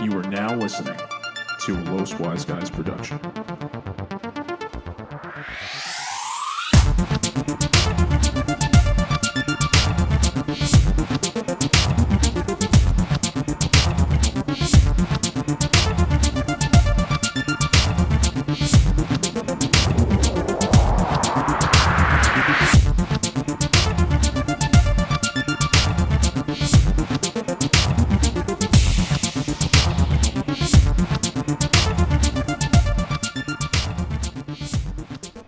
You are now listening to a Los Wise Guys production.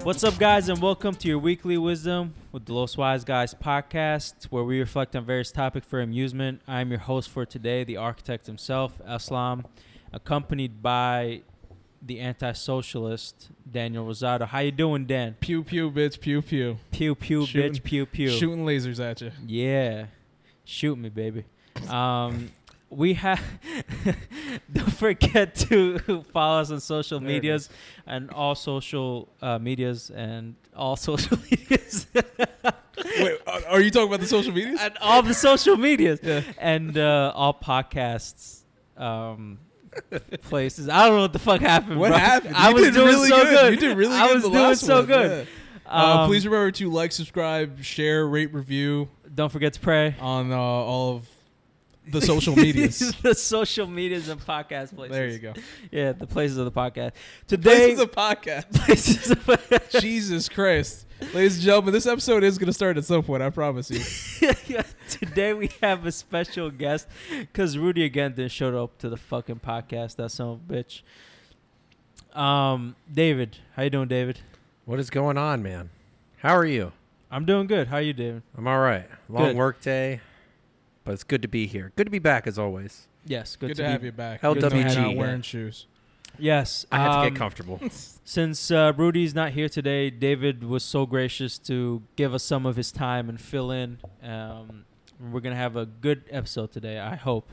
What's up, guys, and welcome to your weekly wisdom with the Los Wise Guys podcast, where we reflect on various topics for amusement. I'm your host for today, the architect himself, Aslam, accompanied by the anti-socialist Daniel Rosado. How you doing, Dan? Pew pew, bitch. Pew pew. Pew pew, Shooting- bitch, pew pew. Shooting lasers at you. Yeah, shoot me, baby. Um, we have. don't forget to follow us on social There it medias and all social uh, medias and all social medias Wait, uh, are- are you talking about the social medias? and all the social medias Yeah. and uh, all podcasts. Um, places. I don't know what the fuck happened. What bro. happened? I You was did doing really so good. good. You did really I good was the doing last so one, good. Uh, Um, please remember to like, subscribe, share, rate, review don't forget to pray. on uh, all of the social medias. the social medias and podcast places. there you go. Yeah, the places of the podcast. This Today, is a podcast. places of Jesus Christ, ladies and gentlemen, this episode is gonna start at some point. I promise you. today we have a special guest because Rudy again didn't show up to the fucking podcast. That son of a bitch. Um, David, how you doing, David? What is going on, man? How are you? I'm doing good. How you doing? I'm all right. Long Good. work day, but it's good to be here. Good to be back as always. Yes, Good, good, to, be- have you back. LWG. Even though you're Not Yeah. wearing shoes. Yes, I had to um, get comfortable. Since uh, Rudy's not here today, David was so gracious to give us some of his time and fill in. Um, we're gonna have a good episode today. I hope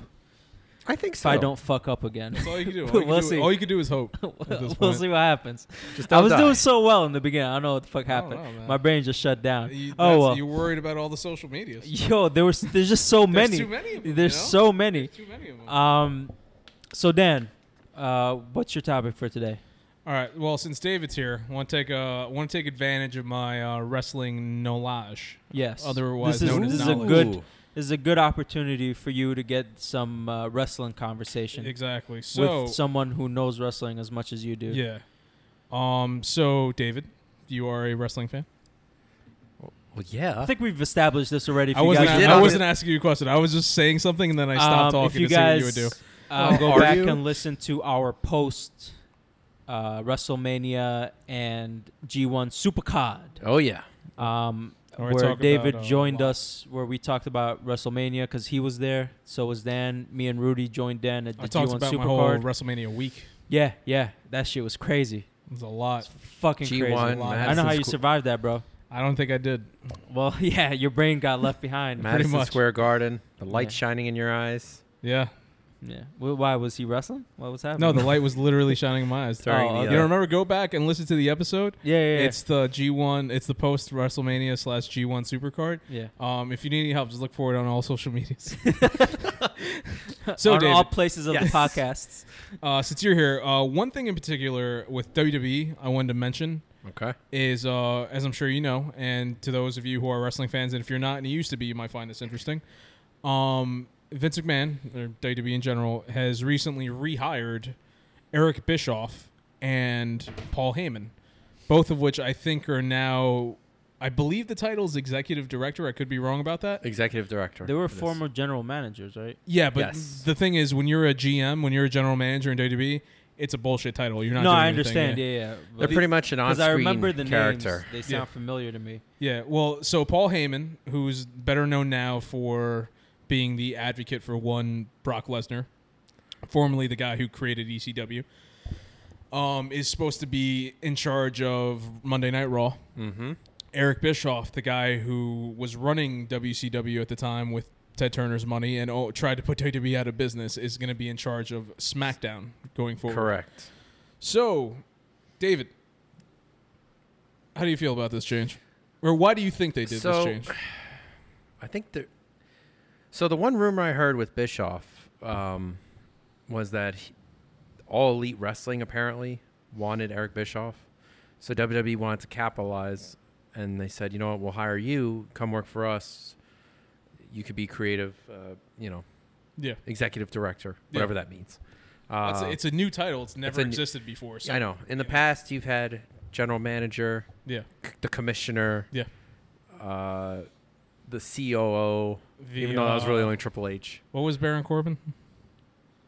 I think if so. I don't fuck up again. That's all you can do. All We'll you can, see. do, all you can do is hope. at this we'll point. see what happens. just I don't was die. doing so well in the beginning. I don't know what the fuck I don't happened. know, man. My brain just shut down. You, oh well. you're worried about all the social medias. Yo, there was there's just so There's many. too many. Of them, There's you know? so many. There's too many Uh, of them. Um, so Dan, uh, what's your topic for today? All right. Well, since David's here, want to take uh, want to take advantage of my uh, wrestling knowledge. Yes. Otherwise this is, known as this is a knowledge. good Ooh. this is a good opportunity for you to get some uh, wrestling conversation Exactly. So with someone who knows wrestling as much as you do. yeah. Um. So David, you are a wrestling fan. Well, yeah. I think we've established this already. If I you wasn't. guys- did I on wasn't asking you a question. I was just saying something, and then I stopped Um, talking if you to guys, see what you would do. Uh, go Are back you? and listen to our post uh, WrestleMania and G1 Supercard, oh yeah. um, Where I where talk David about, uh, joined law. us, where we talked about WrestleMania because he was there. So was Dan. Me and Rudy joined Dan at the I talked G1 about my whole Supercard. WrestleMania week. yeah, yeah, that shit was crazy. It was a lot. It's fucking crazy. G1, I know how Madison you Squ- survived that, bro. I don't think I did. Well, yeah, your brain got left behind. Mad- Madison much. Square Garden, the light Yeah. shining in your eyes Yeah. yeah. Well, why was he wrestling? What was happening? No, the light was literally shining in my eyes. during Oh, the. okay. You uh, don't remember? Go back and listen to the episode. Yeah, yeah, yeah. It's the G1. It's the post WrestleMania slash G1 Supercard. yeah. Um, if you need any help, just look for it on all social medias. so, on all David, places of Yes. the podcasts. uh, since you're here, uh, one thing in particular with WWE I wanted to mention okay. is, uh, as I'm sure you know, and to those of you who are wrestling fans, and if you're not and you used to be, you might find this interesting. Um, Vince McMahon, or WWE in general, has recently rehired Eric Bischoff and Paul Heyman, both of which I think are now. I believe the title is executive director. I could be wrong about that. Executive director. They were It is. former general managers, right? Yeah, but Yes. the thing is, when you're a GM, when you're a general manager in WWE, it's a bullshit title. You're not. no, doing I anything. understand. Yeah, yeah. They're pretty much an Because on-screen I remember the character. names. They Yeah. sound familiar to me. Yeah. yeah. Well, so Paul Heyman, who's better known now for being the advocate for one Brock Lesnar, formerly the guy who created ECW, um, is supposed to be in charge of Monday Night Raw. Mm-hmm. Eric Bischoff, the guy who was running WCW at the time with Ted Turner's money and oh, tried to put WWE out of business, is going to be in charge of SmackDown going forward. Correct. So, David, how do you feel about this change? Or why do you think they did this So- change? I think the so the one rumor I heard with Bischoff um, was that he- all elite wrestling apparently wanted Eric Bischoff. So WWE wanted to capitalize and they said, you know what, we'll hire you, come work for us. You could be creative, uh, you know, Yeah. executive director, Yeah. whatever that means. Uh, That's a, it's a new title. It's never a new- existed before. So. I know. In the past, you've had general manager, Yeah. c- the commissioner, Yeah. uh, the COO, The, even though that was really uh, only Triple H. What was Baron Corbin?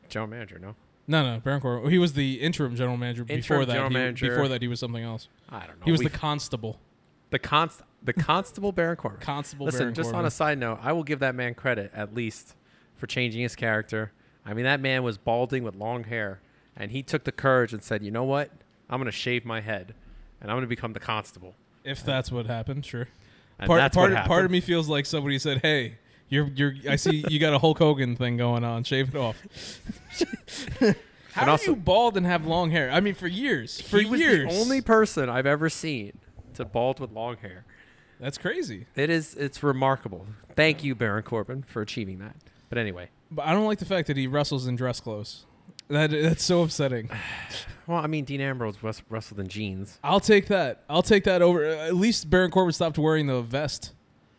General manager, no? No, no, Baron Corbin. He was the interim general manager before Interim that. general he, manager. Oh, Before that, he was something else. I don't know. He was the We've- constable. the const the constable Baron Corbin. Constable Listen, Baron just Corbin. on a side note, I will give that man credit at least for changing his character. I mean, that man was balding with long hair, and he took the courage and said, "You know what? I'm going to shave my head, and I'm going to become the constable." if that's what happened, sure. And part that's part, what part of happened. me feels like somebody said, "Hey, you're you're I see you got a Hulk Hogan thing going on. Shave it off." How And do also- you bald and have long hair? I mean, for years, for he was years. the only person I've ever seen to bald with long hair. That's crazy. It is it's remarkable. Thank you, Baron Corbin, for achieving that. But anyway, But I don't like the fact that he wrestles in dress clothes. That that's so upsetting. well, I mean, Dean Ambrose wres- wrestled in jeans. I'll take that. I'll take that over. uh, At least Baron Corbin stopped wearing the vest.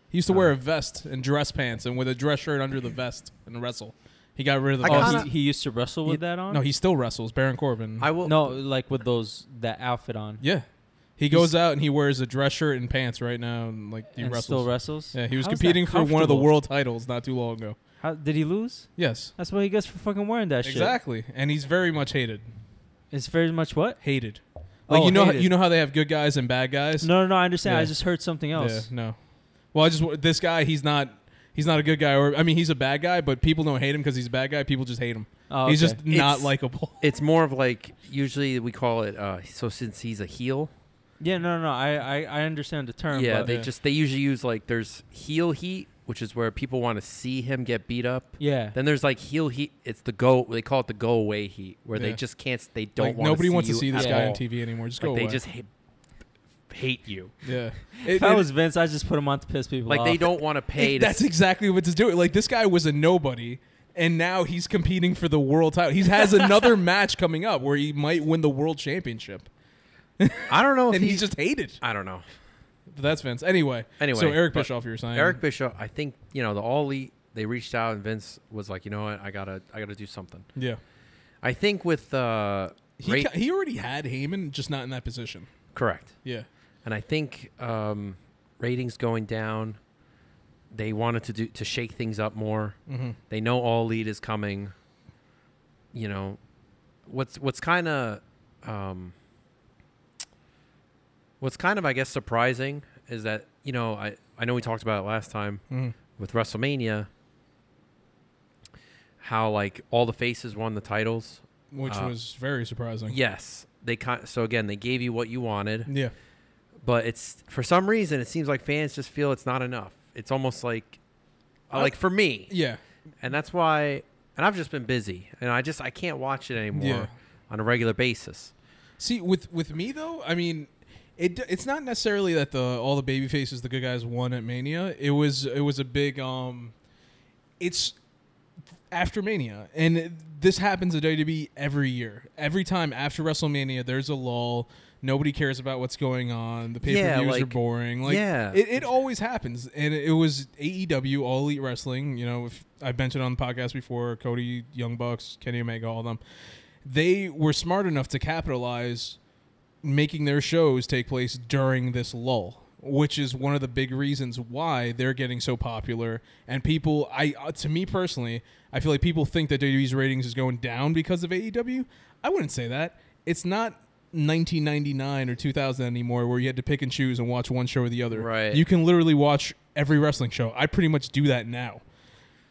He used to Uh-huh. wear a vest and dress pants and with a dress shirt under the vest and wrestle. He got rid of the I Oh, vest. kinda- he, he used to wrestle with that on. no, he still wrestles. Baron Corbin. I will. no, like with those that outfit on. Yeah. He goes out and he wears a dress shirt and pants right now and like he and wrestles. still wrestles. yeah, he was How is that competing for one of the comfortable? world titles not too long ago. How, did he lose? Yes. That's what he gets for fucking wearing that shit. Exactly. And he's very much hated. It's very much what? Hated. Like Oh, you know hated. you know how they have good guys and bad guys? No, no, no. I understand. I Yeah. just heard something Yeah, else. no. Well, I just wa- this guy he's not he's not a good guy or I mean he's a bad guy, but people don't hate him cuz he's a bad guy. People just hate him. Oh, He's okay. just not It's- likable. It's more of like usually we call it. Uh, so since he's a heel, Yeah, no, no. I, I, I understand the term. yeah, but they yeah. just they usually use like there's heel heat, which is where people want to see him get beat up. yeah. Then there's like heel heat. It's the go. They call it the go away heat, where they Yeah. just can't. s- They don't. like, want nobody wants to you see this at guy all. on TV anymore. Just Like, go they away. just hate, hate you. yeah. if I was Vince, I just put him on to piss people Like off. they don't want to pay. It- to that's s- exactly what to do. Like this guy was a nobody, and now he's competing for the world title. He has another match coming up where he might win the world championship, I don't know if and he, he's just hated. I don't know. But that's Vince. Anyway, Anyway, so Eric but- Bischoff, you were saying Eric Bischoff. I think you know the all elite. They reached out and Vince was like, you know what, I gotta, I gotta do something. Yeah, I think with uh, he Ray- ca- he already had Heyman, just not in that position. correct. Yeah, and I think um, ratings going down. They wanted to do to shake things up more. mm-hmm. They know all lead is coming. You know, what's what's kind of um, what's kind of I guess surprising is that you know I I know we talked about it last time Mm-hmm. with WrestleMania. How like all the faces won the titles. which Uh, was very surprising. Yes, they kind so again they gave you what you wanted yeah, but it's for some reason it seems like fans just feel it's not enough. It's almost like uh, I- like for me, yeah. and that's why. And I've just been busy, and I just I can't watch it anymore Yeah. on a regular basis. See, with with me though, I mean, it it's not necessarily that the all the baby faces the good guys won at Mania. It was it was a big um, it's after Mania, and this happens at WWE E every year. Every time after WrestleMania, there's a lull. Nobody cares about what's going on. The pay per views Yeah, are like- boring. Like yeah. it, it always happens, and it was AEW All Elite Wrestling. You know, if I've mentioned on the podcast before, Cody, Young Bucks, Kenny Omega, all of them. They were smart enough to capitalize making their shows take place during this lull, which is one of the big reasons why they're getting so popular. And people, I uh, to me personally, I feel like people think that WWE's ratings is going down because of AEW. I wouldn't say that. It's not 1999 or 2000 anymore, where you had to pick and choose and watch one show or the other. Right. You can literally watch every wrestling show. I pretty much do that now.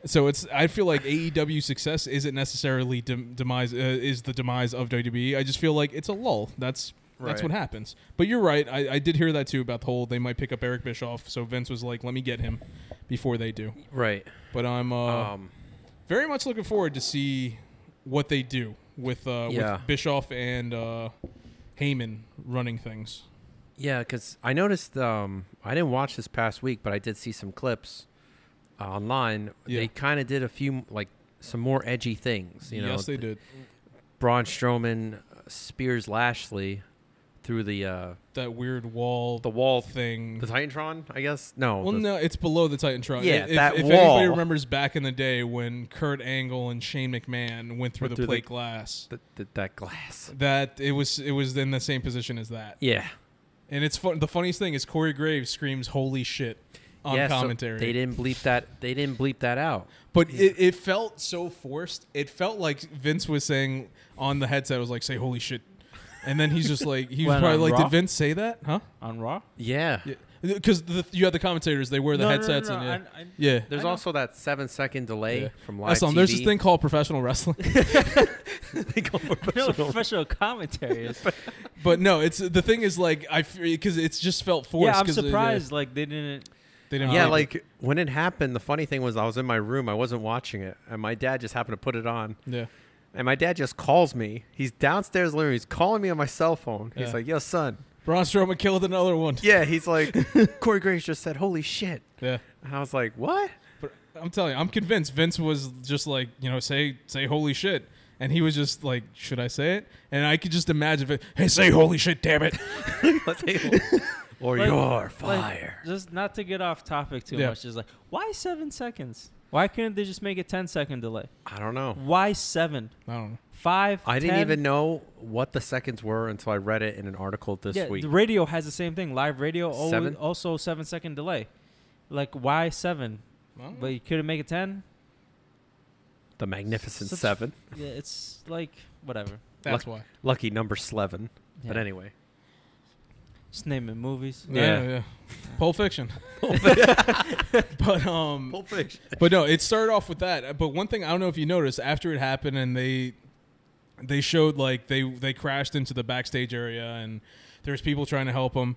So it's I feel like AEW success isn't necessarily dem- demise uh, is the demise of WWE. I just feel like it's a lull. That's that's Right. what happens. But you're right. I, I did hear that too about the whole they might pick up Eric Bischoff. So Vince was like, "Let me get him before they do." Right. But I'm uh, um. very much looking forward to see what they do with uh, Yeah. with Bischoff and uh, Heyman running things. Yeah, because I noticed. Um. I didn't watch this past week, but I did see some clips uh, online. Yeah. They kind of did a few like some more edgy things. You know, yes, they did. th- Braun Strowman uh, spears Lashley through the uh, That weird wall, the wall, th- thing. the Titantron, I guess. No, well, the- no, it's below the Titantron. Yeah, if, if- that if wall. anybody remembers back in the day when Kurt Angle and Shane McMahon went through Went the through the- plate glass, th- th- that glass. that it was it was in the same position as that. Yeah, And it's fun. The funniest thing is Corey Graves screams "Holy shit" on yeah, so commentary. they didn't bleep that. They didn't bleep that out. But it, it felt so forced. It felt like Vince was saying on the headset, it was like, say holy shit. And then he's just like, he was When probably on like, Raw? did Vince say that? Huh? on Raw. Yeah. Because you had the commentators, they wear the No, no, no, headsets. no, and I- I- yeah. yeah. There's I know. also that seven second delay Yeah. from live That's on. TV. There's this thing called professional wrestling, They call it No professional- professional commentary. is. but no, it's the thing is like I because it's just felt forced. yeah, I'm 'cause, uh, surprised like they didn't. they didn't yeah, really- like when it happened, the funny thing was I was in my room. I wasn't watching it, and my dad just happened to put it on. yeah, And my dad just calls me. He's downstairs in the room. He's calling me on my cell phone. He's Yeah. like, "Yo, son." Braun Strowman killed another one. Yeah, he's like, "Corey Graves just said, holy shit." yeah. And I was like, "What?" But I'm telling you, I'm convinced Vince was just like, you know, say say holy shit. And he was just like, should I say it? And I could just imagine it. Hey, say holy shit, damn it. or Like- you're like, fire. just not to get off topic too Yeah. much. Just like why seven seconds? Why couldn't they just make a 10 second delay? I don't know. Why seven? I don't know. Five? I didn't 10? even know what the seconds were until I read it in an article this yeah, week. the radio has the same thing. Live radio always, Seven? also seven second delay. Like why seven? Well, But you couldn't make it ten. The Magnificent Such- Seven, Yeah, it's like whatever. that's Luck- why. lucky number Slevin. But Yeah. anyway, Just naming movies. Yeah. yeah. Pulp Fiction. but um, But no, it started off with that. But one thing I don't know if you noticed after it happened, and they they showed like they they crashed into the backstage area, and there's people trying to help them.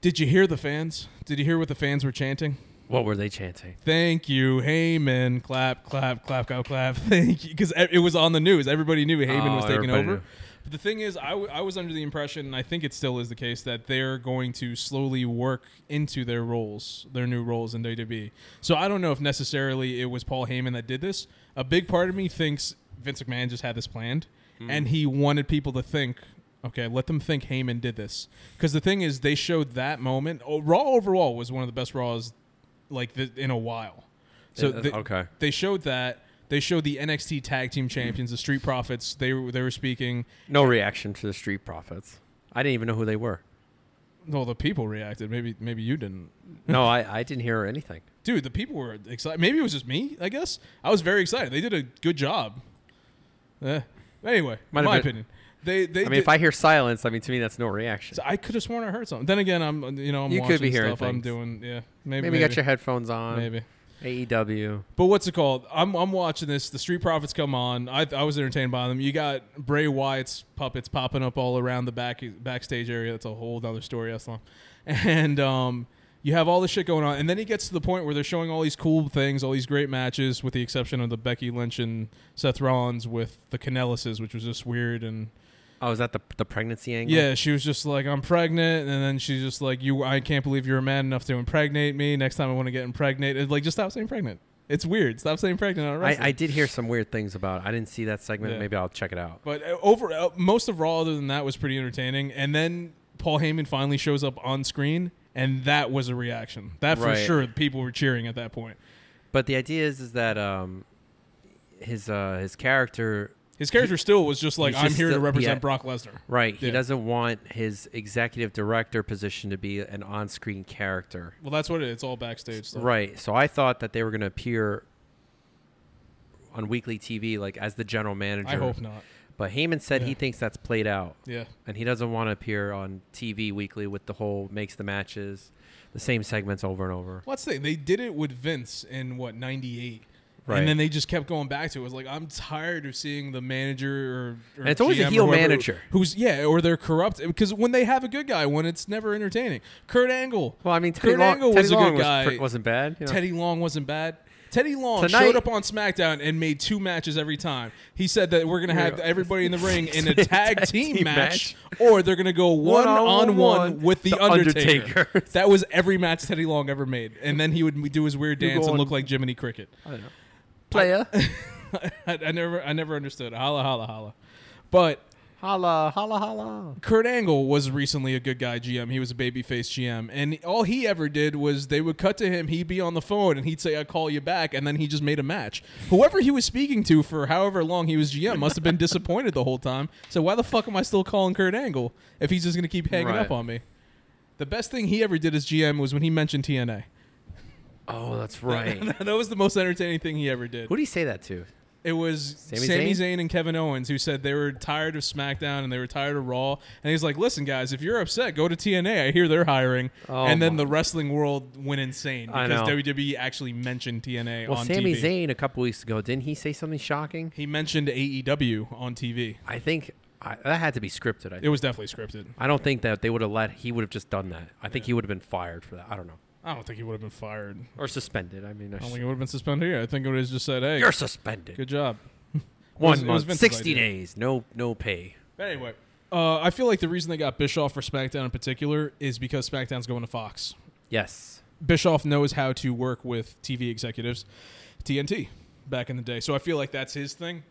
Did you hear the fans? Did you hear what the fans were chanting? What were they chanting? Thank you, Heyman. Clap, clap, clap, clap, clap. Thank you, because it was on the news. Everybody knew Heyman Oh, was taking everybody over. knew. But the thing is, I, w- I was under the impression, and I think it still is the case, that they're going to slowly work into their roles, their new roles in WWE. So I don't know if necessarily it was Paul Heyman that did this. A big part of me thinks Vince McMahon just had this planned, Hmm. and he wanted people to think. Okay, let them think Heyman did this. Because the thing is, they showed that moment. Oh, Raw overall was one of the best Raws like th- in a while. So Uh, the- okay. they showed that. They showed the NXT Tag Team Champions, the Street Profits. They were they were speaking. No reaction to the Street Profits. I didn't even know who they were. Well, the people reacted. Maybe maybe you didn't. No, I, I didn't hear anything. Dude, the people were excited. Maybe it was just me. I guess I was very excited. They did a good job. Eh. Anyway, Might have my been- opinion. They they. I mean, if I hear silence, I mean to me that's no reaction. could have sworn I heard something. Then again, I'm you know I'm You could watching be hearing stuff. I'm things. doing yeah. Maybe Maybe, maybe you got your headphones on. E maybe. AEW. But what's it called? I'm, I'm watching this. The Street Profits come on. I, I was entertained by them. You got Bray Wyatt's puppets popping up all around the back backstage area. That's a whole other story, Aslam. And um, you have all this shit going on. And then he gets to the point where they're showing all these cool things, all these great matches, with the exception of the Becky Lynch and Seth Rollins with the Canellises, which was just weird and Oh, is that the the pregnancy angle? yeah, she was just like, "I'm pregnant," and then she's just like, "You, I can't believe you're a man enough to impregnate me. Next time I want to get impregnated, like, just stop saying pregnant. It's weird. Stop saying pregnant on wrestling." I, I did hear some weird things about. It. I didn't see that segment. Yeah. Maybe I'll check it out. but uh, over uh, most of Raw, other than that, was pretty entertaining. And then Paul Heyman finally shows up on screen, and that was a reaction. That for Right. sure, people were cheering at that point. But the idea is, is that um, his uh, his character, His character still was just like, he's "I'm just here to the- represent yeah. Brock Lesnar." right? He Yeah. doesn't want his executive director position to be an on-screen character, Well, that's what it is. It's all backstage stuff. right? So I thought that they were going to appear on weekly TV, like as the general manager. I hope not. But Heyman said he Yeah. thinks that's played out, Yeah. and he doesn't want to appear on TV weekly with the whole makes the matches, the same segments over and over. Well, that's the thing. They did it with Vince in what '98, Right. and then they just kept going back to it. it. Was like I'm tired of seeing the manager or, or And it's always a GM or heel whoever- manager. who's yeah, or they're corrupt because when they have a good guy, when it's never entertaining. Kurt Angle. Well, I mean, Teddy Kurt Long, Angle Teddy was a Long good guy. pre- wasn't bad. you know? Teddy Long wasn't bad. Teddy Long Tonight- showed up on SmackDown and made two matches every time. He said that we're gonna have Yeah. everybody in the ring in a tag team team match, or they're gonna go one on one with the, Undertaker. That was every match Teddy Long ever made, and then he would do his weird You dance go and on- look like Jiminy Cricket. player. I, I never I never understood. Holla holla holla. But Holla, holla, holla. Kurt Angle was recently a good guy GM. He was a babyface GM, and all he ever did was they would cut to him. He'd be on the phone, and he'd say, "I call you back," and then he just made a match. Whoever he was speaking to for however long he was GM must have been disappointed the whole time. So why the fuck am I still calling Kurt Angle if he's just gonna keep hanging Right. up on me? The best thing he ever did as GM was when he mentioned TNA. Oh, that's right. that was the most entertaining thing he ever did. Who do you say that to? It was Sami Sami, Zayn? Zayn? and Kevin Owens who said they were tired of SmackDown and they were tired of Raw. And he's like, "Listen, guys, if you're upset, go to TNA. I hear they're hiring." Oh, and then my- the wrestling world went insane I because know. WWE actually mentioned TNA Well, on Sami TV. Zayn a couple weeks ago, didn't he say something shocking? He mentioned AEW on TV. I think I, that had to be scripted. I, It was definitely scripted. I don't think that they would have let, he would have just done that. I think he would have been fired for that. I don't know. I don't think he would have been fired. Or suspended. I mean, I I don't s- think he would have been suspended. Here. I think it would have just said, "Hey, you're suspended. good job." One was- it was month, Vince's 60 idea. days, no no pay. But anyway, uh, I feel like the reason they got Bischoff for SmackDown in particular is because SmackDown's going to Fox. Yes. Bischoff knows how to work with TV executives, TNT, back in the day. So I feel like that's his thing,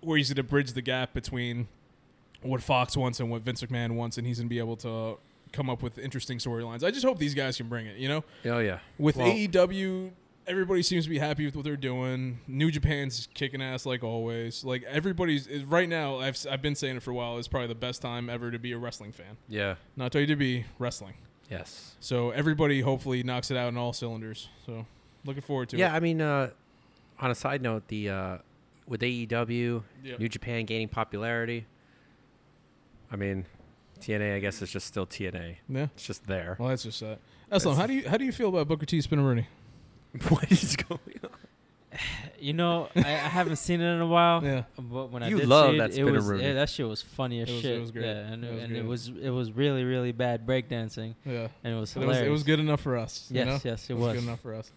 where he's going to bridge the gap between what Fox wants and what Vince McMahon wants, and he's going to be able to come up with interesting storylines. I just hope these guys can bring it, you know? Oh, yeah. With E Well, AEW, everybody seems to be happy with what they're doing. New Japan's kicking ass like always. Like everybody's is- right now. I've s- I've been saying it for a while. It's probably the best time ever to be a wrestling fan. Yeah. Not WWE wrestling. Yes. So everybody hopefully knocks it out in all cylinders. So looking forward to yeah, it. I mean, uh, on a side note, the uh, with AEW, Yeah. New Japan gaining popularity. I mean, TNA, I guess, is just still TNA. Yeah. It's just there. Well, that's just that. Eslam, how do you how do you feel about Booker T. Spinneroonie? what is going on? Uh, You know, I, I haven't seen it in a while. Yeah. But when I You did love see it, that it spinner was room. yeah, that shit was funny as It was- it shit. was great. Yeah, and, It was and it great. was it was really really bad breakdancing, Yeah. and it was It was, hilarious. it was good enough for us. you Yes, know? yes, it was was. good enough for us.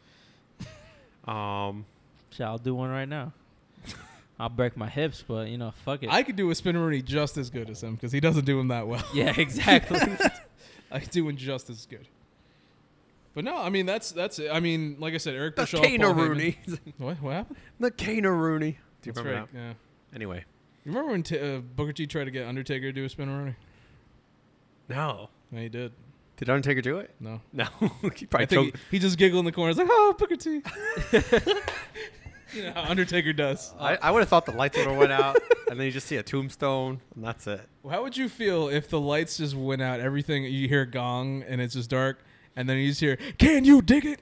Um, Shit, I'll do one right now. I'll break my hips, but you know, fuck it. I could do a Spinneroonie just as good as him because he doesn't do him that well. yeah, exactly. I could do him just as good. But no, I mean that's that's it. I mean, like I said, Eric the Bischoff, Paul Kana Heyman- Rooney. What, what happened? the Kana Rooney. Do you That's remember right. that? Yeah. Anyway. You remember when t- uh, Booker T tried to get Undertaker to do a Spinneroonie? No. No, he did. Did Undertaker do it? No. No. he I probably think choked. he, he just giggled in the corner. He's like, "Oh, Booker T." you know how Undertaker does. I, I would have thought the lights would have went out, and then you just see a tombstone, and that's it. How would you feel if the lights just went out? Everything you hear a gong and it's just dark, and then you just hear, "Can you dig it?"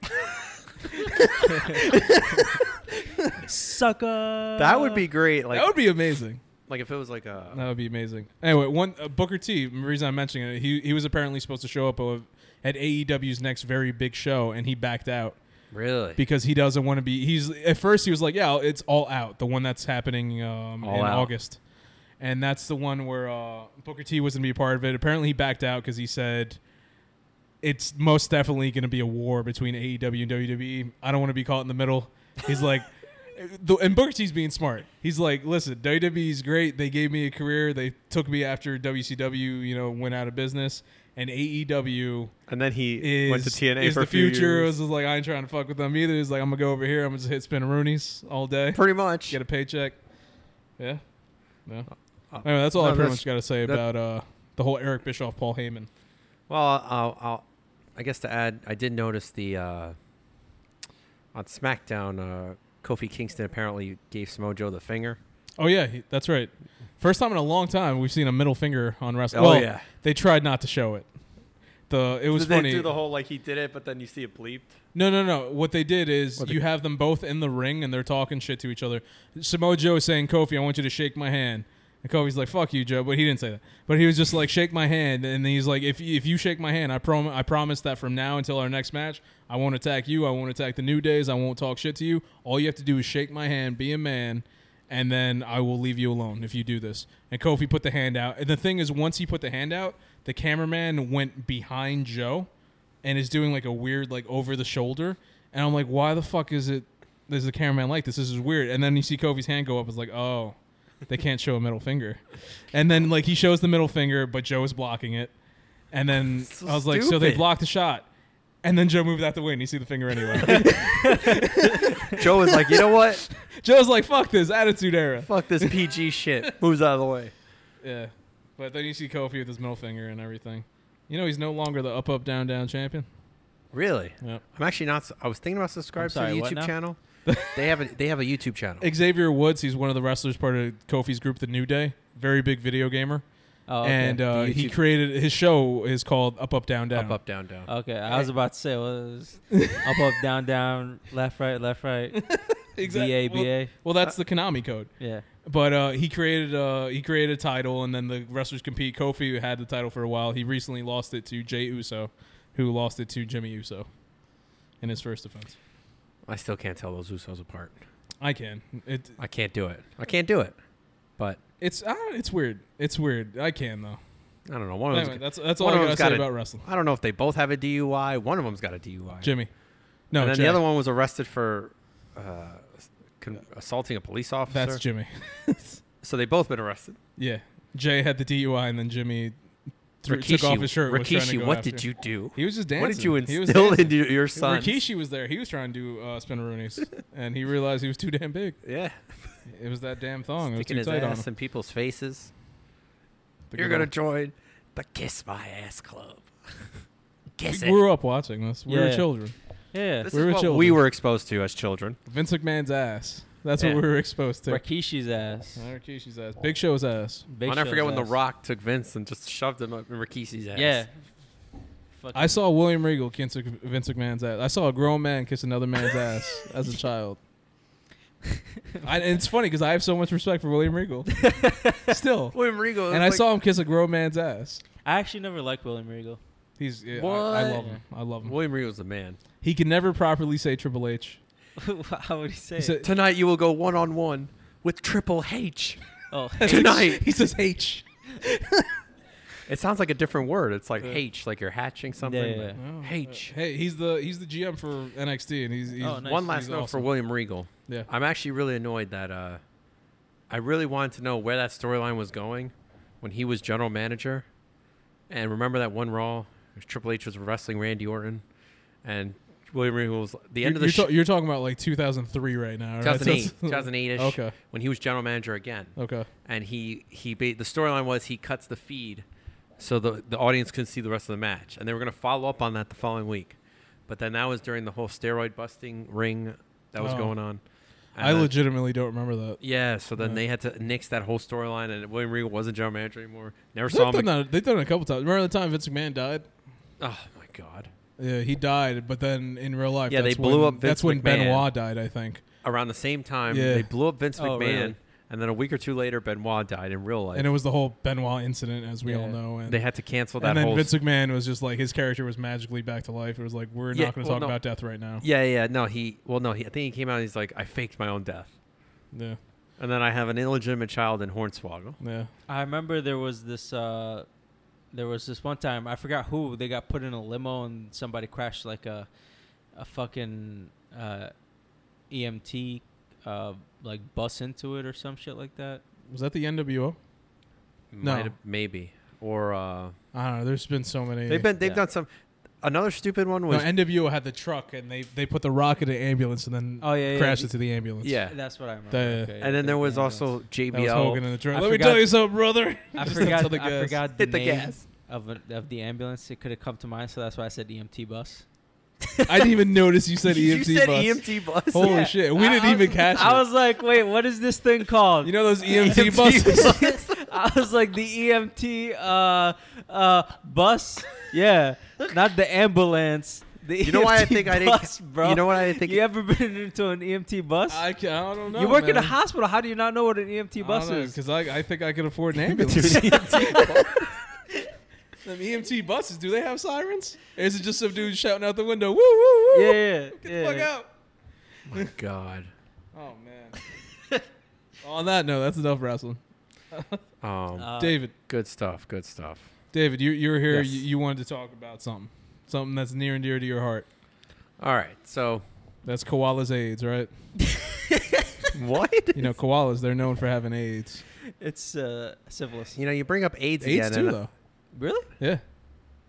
Sucker. That would be great. Like, that would be amazing. like if it was like a That would be amazing. Anyway, one uh, Booker T. The reason I'm mentioning it, he he was apparently supposed to show up of- at AEW's next very big show, and he backed out really because he doesn't want to be. He's at first he was like, "Yeah, it's all out," the one that's happening um, in All Out. August, and that's the one where uh, Booker T was going to be a part of it. Apparently, he backed out because he said it's most definitely going to be a war between AEW and WWE. I don't want to be caught in the middle. He's like. the- And Booker T's being smart. He's like, listen, WWE's great. They gave me a career. They took me after WCW, you know, went out of business. And E AEW And then he is, went to TNA is for the a few future. years. It was like I ain't trying to fuck with them either. It's like I'm gonna go over here. I'm gonna just hit spinneroonies all day, Pretty much. get a paycheck. Yeah, yeah. Uh, Anyway, that's all no, I pretty that's- much got to say that- about uh, the whole Eric Bischoff, Paul Heyman. Well, I'll, I'll, I guess to add, I did notice the uh, on SmackDown, uh, Kofi Kingston apparently gave Smojo the finger. Oh yeah, he, that's right. First time in a long time we've seen a middle finger on wrestling. Oh, well, yeah. they tried not to show it. The it was funny. whole like he did it, but then you see it bleeped. No, no, no. What they did is What they- you have them both in the ring and they're talking shit to each other. Samoa Joe is saying, Kofi, I want you to shake my hand. And Kofi's like, fuck you, Joe. But he didn't say that. But he was just like, shake my hand. And he's like, if, if you shake my hand, I, prom- I promise that from now until our next match, I won't attack you. I won't attack the New Days. I won't talk shit to you. All you have to do is shake my hand, be a man, and then I will leave you alone if you do this. And Kofi put the hand out. And the thing is, once he put the hand out, the cameraman went behind Joe and is doing like a weird like over the shoulder and I'm like why the fuck is it is the cameraman like this this is weird and then you see Kofi's hand go up it's like oh they can't show a middle finger and then like he shows the middle finger but Joe is blocking it and then So I was like so they stupid. blocked the shot And then Joe moved out the way and you see the finger anyway. Joe was like, you know what? Joe's like, fuck this attitude era. Fuck this PG shit. Moves out of the way. Yeah. But then you see Kofi with his middle finger and everything. You know he's no longer the up up down down champion. Really? Yep. I'm actually not. s- I was thinking about subscribing to sorry, the what now? YouTube channel. they have a they have a YouTube channel. Xavier Woods, he's one of the wrestlers part of Kofi's group, The New Day. Very big video gamer. Oh, okay. And uh, The he YouTube- created his show is called Up Up Down Down. E Up up down down. okay, I was about to say well, it was up, up, down, down, left, right, left, right, Exactly. BA, BA. Well, that's the Konami code. Yeah. But uh, he created uh, he created a title, and then the wrestlers compete. Kofi had the title for a while. He recently lost it to Jay Uso, who lost it to Jimmy Uso in his first defense. I still can't tell those Usos apart. I can. It I can't do it. I can't do it. But it's uh, it's weird. It's weird. I can though. I don't know. One of Anyway, them's, that's that's all one I of gotta them's say got a- about wrestling. I don't know if they both have a DUI. One of them's got a DUI. Jimmy. No, and then Jay. the other one was arrested for uh, con- assaulting a police officer. That's Jimmy. so they both been arrested. Yeah, Jay had the DUI, and then Jimmy threw, Rikishi, took off his shirt. and was trying to Rikishi, go what after did him. you do? He was just dancing. What did you He was instill dancing. into your son? Rikishi was there. He was trying to do uh, spinaroonies, and he realized he was too damn big. Yeah, It was that damn thong. sticking it was his too tight on ass him. in people's faces. The You're good gonna old- join the Kiss My Ass Club. Kiss We it. grew up watching this. We were Yeah. children. Yeah. This we is were what children. we were exposed to as children. Vince McMahon's ass. That's Yeah. what we were exposed to. Rakishi's ass. Uh, Rikishi's ass. Big Show's ass. Big I'll never Show's forget when The ass. Rock took Vince and just shoved him up in Rikishi's ass. Yeah. Fucking- I saw William Regal kiss a- Vince McMahon's ass. I saw a grown man kiss another man's ass as a child. I, and it's funny because I have so much respect for William Regal. Still. William Regal. And I saw him kiss a grown man's ass. I actually never liked William Regal. He's yeah, I, I What? love him. I love him. William Regal's the man. He can never properly say Triple H. How would he say? He it? said, Tonight you will go one on one with Triple H. oh, Tonight. he says H. It sounds like a different word. It's like Yeah. H, like you're hatching something. Yeah, yeah, but- Oh, H. uh, Hey, he's the he's the GM for NXT, and he's, he's Oh, nice. One last he's note for awesome. William Regal. Yeah. I'm actually really annoyed that uh, I really wanted to know where that storyline was going when he was general manager. And remember that one Raw, Triple H was wrestling Randy Orton, and William Regal was the end you're, of the you're, show. ta- you're talking about like 2003 right now. Right? 2008, That's- 2008 ish, Okay. when he was general manager again. Okay. and he he ba- the storyline was he cuts the feed so the the audience couldn't see the rest of the match and they were going to follow up on that the following week but then that was during the whole steroid busting ring that was Oh. going on And uh, I then- legitimately don't remember that. yeah so then Yeah. they had to nix that whole storyline and William Regal wasn't general manager anymore never They've saw done, him ag- that. They've done it a couple times. Remember the time Vince McMahon died? oh my god Yeah, he died, but then in real life, Yeah, they that's blew when, up That's Vince when McMahon. Benoit died, I think. around the same time Yeah. they blew up Vince Oh, McMahon really? and then a week or two later Benoit died in real life And it was the whole Benoit incident, as we all Yeah. know. And, they had to cancel that and then whole Vince McMahon was just like his character was magically back to life. It was like we're Yeah, not going to well, talk no. about death right now. yeah yeah no he well no he, I think he came out and he's like I faked my own death Yeah, And then I have an illegitimate child in Hornswoggle. yeah. I remember there was this. Uh, there was this one time I forgot who they got put in a limo and somebody crashed like a, a fucking uh, EMT, uh, like bus into it or some shit like that. Was that the NWO? No. Might have- maybe. Or uh, I don't know. There's been so many. they've been they've Yeah. done some. Another stupid one no, was NWO had the truck, and they they put the rock in the ambulance, and then Oh, yeah, yeah, crashed yeah. it to the ambulance. yeah. That's what I remember. The- Okay, And then the- there was the also ambulance. That was Hogan JBL. in the truck. I Let forgot- me tell you something, brother. I Just forgot. until the I gas. forgot the Hit the name gas. of a, of the ambulance. It could have come to mind, so that's why I said EMT bus. I didn't even notice you said EMT. E you said E bus. EMT bus. Holy Yeah. shit! We I- didn't I even was- catch I it. was like, wait, what is this thing called? You know E those EMT buses? I was like the EMT uh, uh, bus. Yeah, not the ambulance. The You know why I EMT think I didn't- bus, bro. you know what I think? You ever been into an EMT bus? I, ca- I don't know. you work man. in a hospital. How do you not know what an EMT bus is? because I, I think I could afford an ambulance. Them EMT buses, do they have sirens? Or is it just some dude shouting out the window, woo, woo, woo? Yeah, yeah, Get yeah. the fuck out. my God. Oh, man. On that note, that's enough wrestling. Um, Uh, David, good stuff. Good stuff. David, you, you were here. yes. You, you wanted to talk about something. Something that's near and dear to your heart. All right. So That's koalas' AIDS, right? what? You know, koalas, they're known for having AIDS. It's uh, syphilis. You know, you bring up AIDS, AIDS, again. too, and- though. Really? Yeah.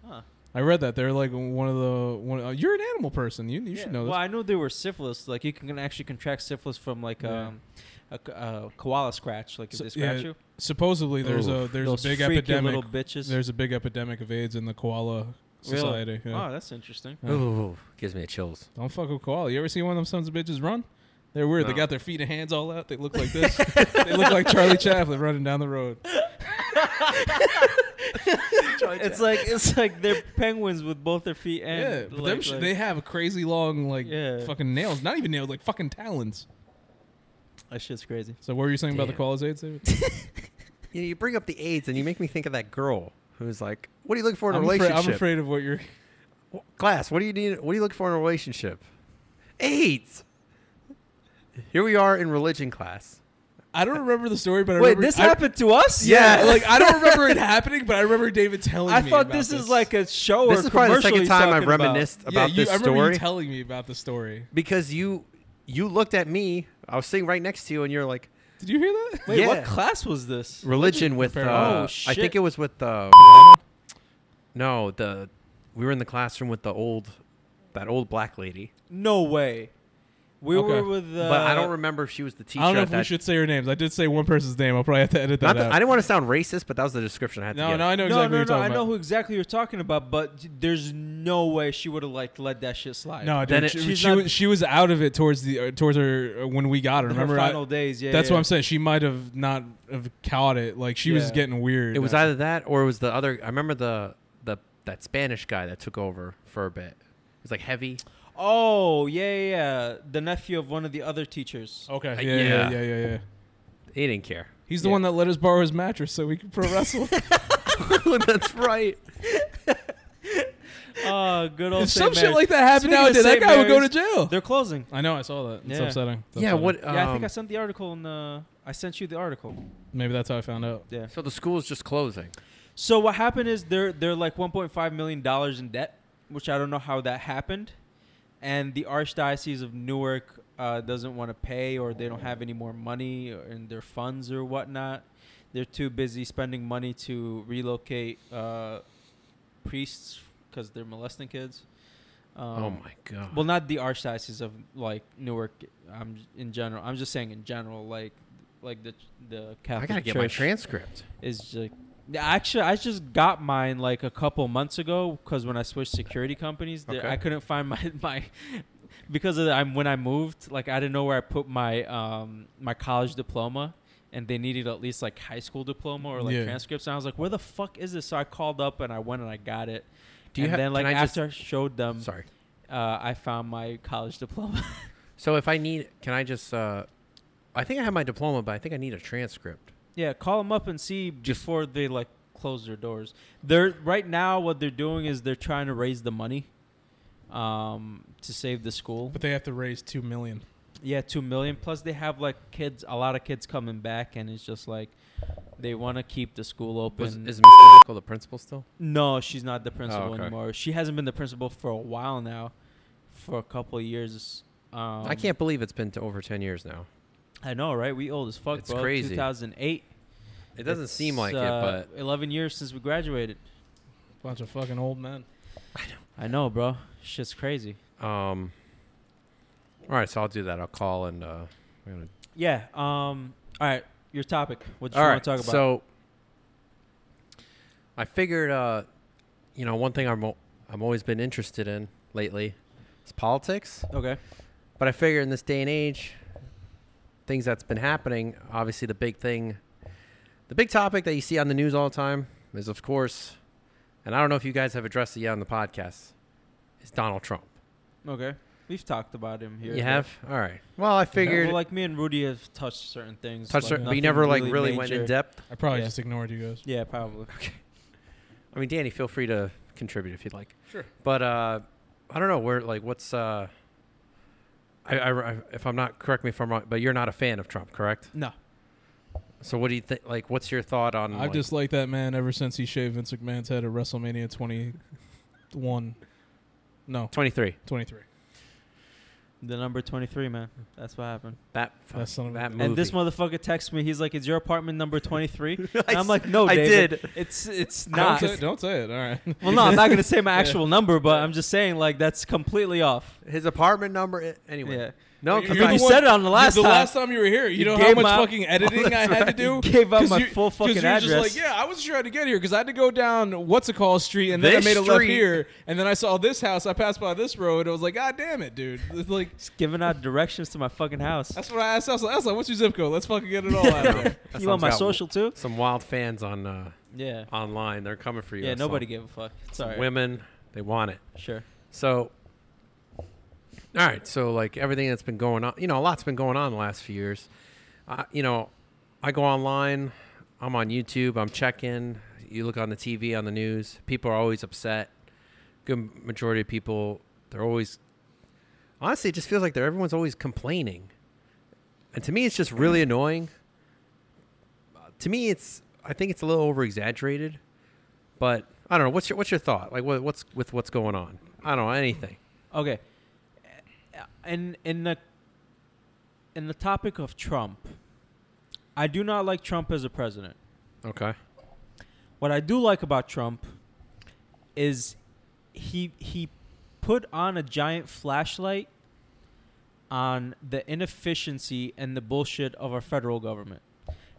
Huh. I read that they're like one of the one. Uh, you're an animal person. You you should know this. Well, I knew they were syphilis. Like you can actually contract syphilis from like Yeah. um, a, co- a koala scratch. Like if So- they scratch yeah, you, Supposedly there's a there's those a big freaky epidemic. little bitches. There's a big epidemic of AIDS in the koala Really? society. Yeah. Oh, that's interesting. Yeah. Ooh, gives me the chills. Don't fuck with koala. You ever see one of them sons of bitches run? They're weird. They No. got their feet and hands all out. They look like this. they look like Charlie Chaplin running down the road. It's like it's like they're penguins with both their feet yeah, and but like, them sh- like- they have crazy long like Yeah. fucking nails. Not even nails, like fucking talons. that shit's crazy. So what were you saying about the Damn. koala's AIDS? David? You, know, you bring up the AIDS and you make me think of that girl who's like, "What are you looking for in a I'm, afraid, relationship?" I'm afraid of what you're. Wh- Glass, what do you need? What do you look for in a relationship? AIDS. Here we are in religion class. I don't remember the story, but I Wait, remember this I- happened to us? Yeah, like I don't remember it happening, but I remember David telling I me. thought about this, this is like a show this or is probably commercial the second he's time talking I've about. reminisced about, you, this I remember story you telling me about the story. because you you looked at me. I was sitting right next to you, and you're like Did you hear that? Wait, what Yeah. class was this? religion with. prepare- Uh, Oh, I shit. think it was with the. No, the we were in the classroom with the old, that old black lady. No way. We Okay. were with. Uh, but I don't remember if she was the teacher. I don't know at if we that- should say her names. I did say one person's name. I'll probably have to edit that Not that- out. I didn't want to sound racist, but that was the description I had. to no, give. no, I know No, exactly no, what no! you're I talking know about. who exactly you're talking about, but there's no way she would have like let that shit slide. No, Then dude, it- she, she's she, not- was, she was out of it towards the uh, towards her uh, when we got her. Her Remember, I- final days. Yeah, that's yeah. what I'm saying. She might have not have caught it. Like she was Yeah. getting weird. It was after- either that or it was the other. I remember the the that Spanish guy that took over for a bit. It was like heavy. Oh yeah, yeah, yeah, the nephew of one of the other teachers. okay. Yeah, Uh, yeah, yeah, yeah. yeah, yeah. He didn't care. He's the Yeah. one that let us borrow his mattress so we could pro wrestle. That's right. Oh, good old if some Saint shit Mary's. like that happened Speaking of nowadays, that Saint guy would go to Mary's, jail. They're closing. I know. I saw that. It's Yeah. upsetting. It's yeah. upsetting. What? yeah, I think um, I sent the article in the. I sent you the article. Maybe that's how I found out. Yeah. so the school's just closing. So what happened is they're they're like 1.5 million dollars in debt, which I don't know how that happened, and the Archdiocese of Newark uh, doesn't want to pay, or they don't have any more money or in their funds or whatnot. They're too busy spending money to relocate uh, priests because they're molesting kids. Um, oh my god. Well, not the archdiocese of like Newark. I'm in general. I'm just saying in general, like like the the Catholic I gotta Church get my transcript. is like actually I just got mine like a couple months ago because when I switched security companies, there, Okay. I couldn't find my my because of the, I'm when I moved, like I didn't know where I put my um my college diploma. And they needed at least like high school diploma or like Yeah. transcripts. And I was like, "Where the fuck is this?" So I called up and I went and I got it. Do you and have? then like can I just- after I showed them, sorry. uh, I found my college diploma. So if I need, can I just? uh I think I have my diploma, but I think I need a transcript. yeah, call them up and see before they like close their doors. They're right now what they're doing is they're trying to raise the money um to save the school. But they have to raise two million. Yeah, 2 million plus they have like kids a lot of kids coming back and it's just like they want to keep the school open. Was, is Mr. Michael the principal still? no, she's not the principal okay. anymore. She hasn't been the principal for a while now. For a couple of years. Um, I can't believe it's been to over ten years now. I know, right? We old as fuck, It's bro. crazy. 2008. It doesn't It's, seem like uh, it, but 11 years since we graduated. Bunch of fucking old men. I know, bro. Shit's crazy. Um. All right, so I'll do that. I'll call and uh, I'm gonna. Yeah. Um. All right. Your topic. What do you All want right, to talk about? so I figured, uh, you know, one thing I'm al- I'm always been interested in lately is politics. okay. But I figure in this day and age, things that's been happening, obviously the big thing, the big topic that you see on the news all the time is, of course, and I don't know if you guys have addressed it yet on the podcast, is Donald Trump. Okay. We've talked about him here. you have? All right. Well, I Yeah, figured. well, like me and Rudy have touched certain things. touched like on- but you nothing never like really went in major. depth. I probably Yeah. just ignored you guys. Yeah, probably. I mean, Danny, feel free to contribute if you'd like. Sure. But uh, I don't know where, like, what's. Uh, I, I, I- if I'm not correct me if I'm wrong, but you're not a fan of Trump, correct? No. So what do you think? Like, what's your thought on? I've like- just liked that man ever since he shaved Vince McMahon's head at WrestleMania 21. No, 23. 23. The number 23, man. That's what happened. That fuck- That son of a that bitch. movie. And this motherfucker texts me. He's like, "Is your apartment number 23?" I I'm like, "No, I David, did. It's it's Don't not. say, don't say it. All right. well, no, I'm not gonna say my actual number, but I'm just saying like that's completely off. his apartment number. i- Anyway, Yeah. no, You're because the you I one- said it on the last the time. last time you were here, you, You know how gave much out- fucking editing I had to do. You gave out 'Cause my you- full 'cause fucking you were address. Just like, yeah, I was trying to get here because I had to go down what's it called street, and then This I made a left street. here, and then I saw this house. I passed by this road. I was like, God damn it, dude! It's like Just giving out directions to my fucking house. that's what I asked. I was like, I was like, what's your zip code? Let's fucking get it all out. of there. That you want song's my got social too? some wild fans on uh, Yeah. online. They're coming for you. Yeah. That song. Nobody gave a fuck. Sorry. Women, they want it. Sure. So, all right. So, like everything that's been going on, you know, a lot's been going on the last few years. I you know, I go online, I'm on YouTube, I'm checking. You look on the TV, on the news, people are always upset. Good majority of people, they're always, honestly, it just feels like they're everyone's always complaining. And to me, it's just really annoying. Uh, To me, it's, I think it's a little over exaggerated, but I don't know. What's your, what's your thought? Like, what, what's with what's going on? I don't know anything. Okay. In in the in the topic of Trump, I do not like Trump as a president. Okay. What I do like about Trump is he he put on a giant flashlight on the inefficiency and the bullshit of our federal government.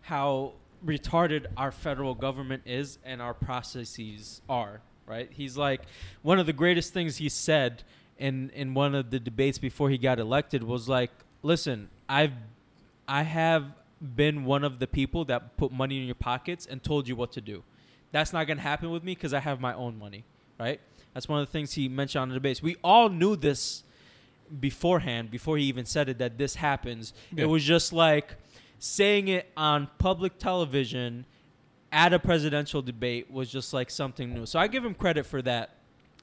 How retarded our federal government is and our processes are, right? He's like one of the greatest things he said in in one of the debates before he got elected was like, "Listen, I've I have been one of the people that put money in your pockets and told you what to do. That's not going to happen with me cuz I have my own money." right? That's one of the things he mentioned on the debates. We all knew this beforehand, before he even said it, that this happens. Yeah. It was just like saying it on public television at a presidential debate was just like something new. So I give him credit for that,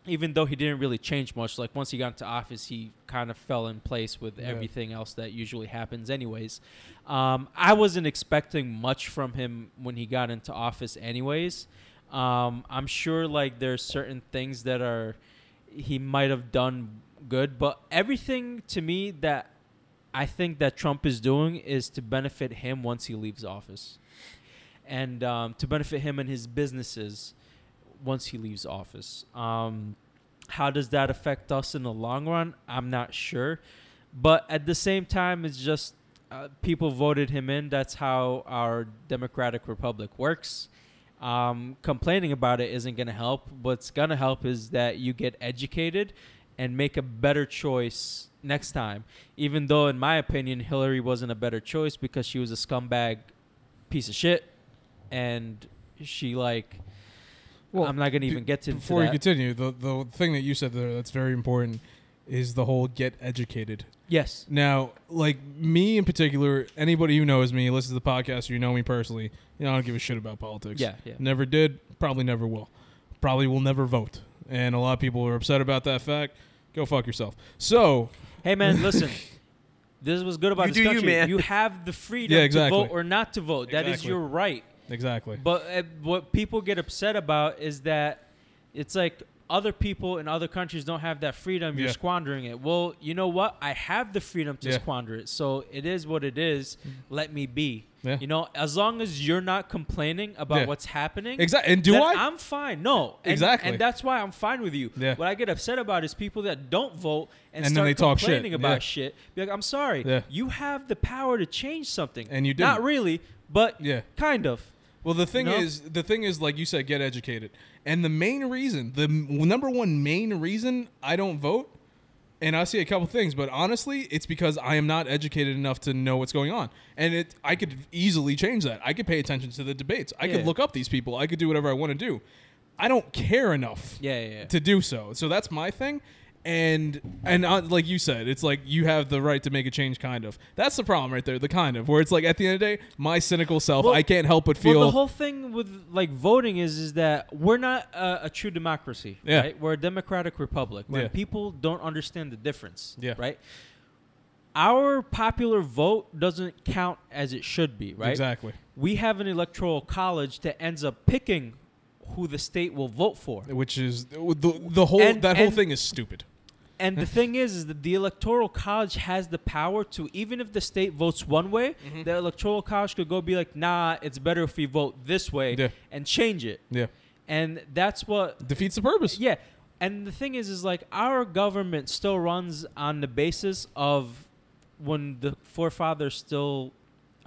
even though he didn't really change much. Like once he got into office, he kind of fell in place with Yeah. everything else that usually happens, anyways. Um, I wasn't expecting much from him when he got into office, anyways. Um, I'm sure like there's certain things that are he might have done good, but everything to me that I think that Trump is doing is to benefit him once he leaves office and um, to benefit him and his businesses once he leaves office. Um, how does that affect us in the long run? I'm not sure. But at the same time, it's just uh, people voted him in. That's how our democratic republic works. Um, complaining about it isn't going to help. What's going to help is that you get educated and make a better choice next time. Even though, in my opinion, Hillary wasn't a better choice because she was a scumbag piece of shit and she like Well, i'm not gonna even Be- get to before to you that. continue. The the thing that you said there that's very important is the whole get educated. yes Now, like me in particular, anybody who knows me, listens to the podcast, or you know me personally, you know I don't give a shit about politics. Yeah, yeah. Never did, probably never will. Probably will never vote. And a lot of people are upset about that fact. Go fuck yourself. So, hey man listen this was good about You this do you, country man. have the freedom Yeah, exactly. to vote or not to vote that is Exactly. your right exactly. But uh, what people get upset about is that it's like other people in other countries don't have that freedom. You're Yeah. squandering it. Well, you know what? I have the freedom to Yeah. Mm. squander it. So it is what it is. Let me be. Yeah. You know, as long as you're not complaining about Yeah. what's happening. Exactly. And do then I? I'm fine. No. And, Exactly. And that's why I'm fine with you. Yeah. What I get upset about is people that don't vote and, And then start they talk shit. complaining about Yeah. shit. Be like, I'm sorry. Yeah. You have the power to change something. And you Not didn't. really, but Yeah. kind of. Well, the thing know? is, the thing is, like you said, get educated. And the main reason, the m- number one main reason I don't vote, and I see a couple things, but honestly, it's because I am not educated enough to know what's going on. And it, I could easily change that. I could pay attention to the debates. I Yeah. could look up these people. I could do whatever I want to do. I don't care enough Yeah, yeah, yeah. to do so. So that's my thing. And and uh, like you said, it's like you have the right to make a change. Kind of. That's the problem right there. The kind of where it's like at the end of the day, my cynical self, Well- I can't help but feel Well, the whole thing with like voting is is that we're not a, a true democracy. Yeah. Right? We're a democratic republic where Yeah. people don't understand the difference. Yeah. Right. Our popular vote doesn't count as it should be. Right. Exactly. We have an electoral college that ends up picking who the state will vote for. Which is the, the whole And- that whole and- thing is stupid. and the thing is, is that the electoral college has the power to, even if the state votes one way, Mm-hmm. the electoral college could go be like, nah, it's better if we vote this way Yeah. and change it. Yeah. And that's what Defeats the purpose. yeah, and the thing is, is like our government still runs on the basis of when the forefathers still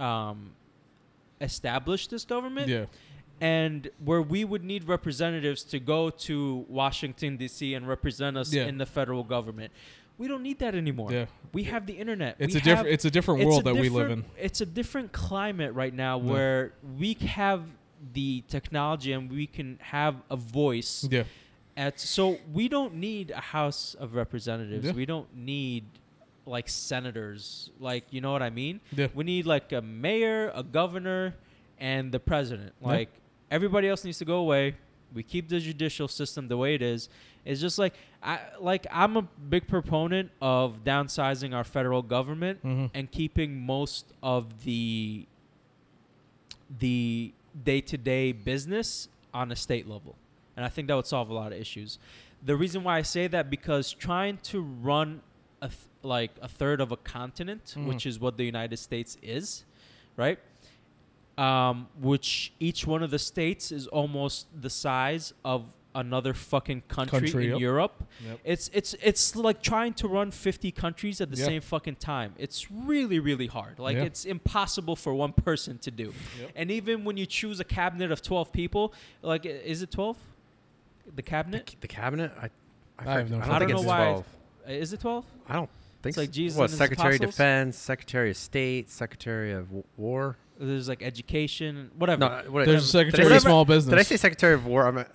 um, established this government, Yeah. and where we would need representatives to go to Washington D.C. and represent us Yeah. in the federal government. We don't need that anymore. Yeah. We have the internet. It's We a different have- it's a different it's world a that we live in. different- It's a different climate right now Yeah. where we have the technology and we can have a voice. Yeah. At, so we don't need a House of Representatives. Yeah. We don't need like senators. Like you know what I mean? Yeah. We need like a mayor, a governor, and the president. Yeah. Like everybody else needs to go away. We keep the judicial system the way it is. It's just like I like I'm a big proponent of downsizing our federal government Mhm. and keeping most of the the day-to-day business on a state level. And I think that would solve a lot of issues. The reason why I say that because trying to run a th- like a third of a continent, Mhm. which is what the United States is, right? Um, which each one of the states is almost the size of another fucking country, Country, in yep. Europe. Yep. It's it's it's like trying to run 50 countries at the Yeah. same fucking time. It's really really hard. Like Yeah. it's impossible for one person to do. Yep. And even when you choose a cabinet of 12 people, like i- is it 12? The The, cabinet? c- the cabinet? I, I, I have forg- no I don't fucking think clue. it's I don't know why 12. Uh, Is it 12? I don't think It's like so. Jesus What, and his Secretary of apostles? Defense, Secretary of State, Secretary of W- War? There's like education, whatever. No, uh, what- There's a did I- secretary did I, of small business. Did I say Secretary of War? I'm a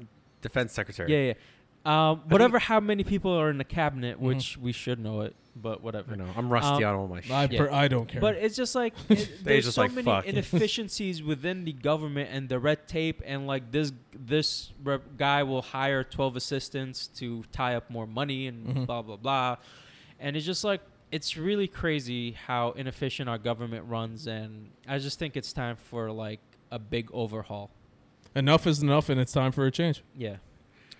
Defense Secretary. yeah, yeah. Um, whatever how many people are in the cabinet, which we should know it, but I whatever. know. I'm rusty Um, on all my shit. I, Yeah. per, I don't care. But it's just like it, They there's just so like, many "Fuck." inefficiencies within the government and the red tape, and like this this rep guy will hire twelve assistants to tie up more money and Mm-hmm. Mhm. blah blah blah, and it's just like it's really crazy how inefficient our government runs, and I just think it's time for like a big overhaul. enough is enough, and it's time for a change. Yeah.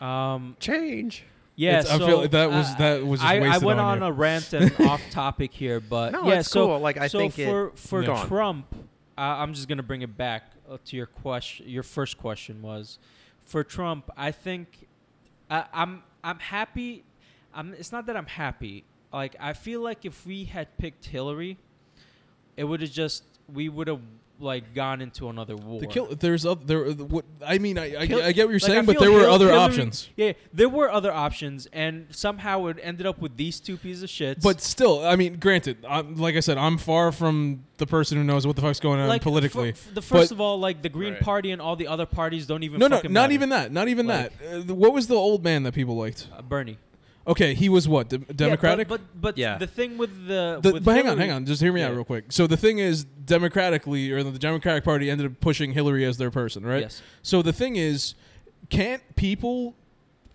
Um, Change. yeah, It's- I so, feel like that was- uh, that was just I, I wasted went on on, you. a rant and off topic here, but No, yeah, it's so cool. Like, I so think it- for for Go on. Trump, uh, I'm just gonna bring it back uh, to your question. Your first question was for Trump. I think I, I'm I'm happy. I'm, it's not that I'm happy. Like I feel like if we had picked Hillary, it would have just we would have like gone into another war. The kill, there's oth- there. What I mean, I, I, Kill- I get what you're like, I saying, but feel there were Hil- other Hillary- options. Yeah, there were other options, and somehow it ended up with these two pieces of shit. But still, I mean, granted, i like I said, I'm far from the person who knows what the fuck's going on like um, politically. f- f- the first but- of all, like the Green Right. Party and all the other parties don't even. no, no, fucking not matter. even that. Not even Like- that. Uh, th- what was the old man that people liked? Uh, Bernie. Okay, he was what de- Democratic. Yeah, but but, but Yeah. the thing with the, The- with but hang on, Hillary- hang on. Just hear me out Yeah. real quick. So the thing is, democratically, or the Democratic Party ended up pushing Hillary as their person, right? Yes. So the thing is, can't people,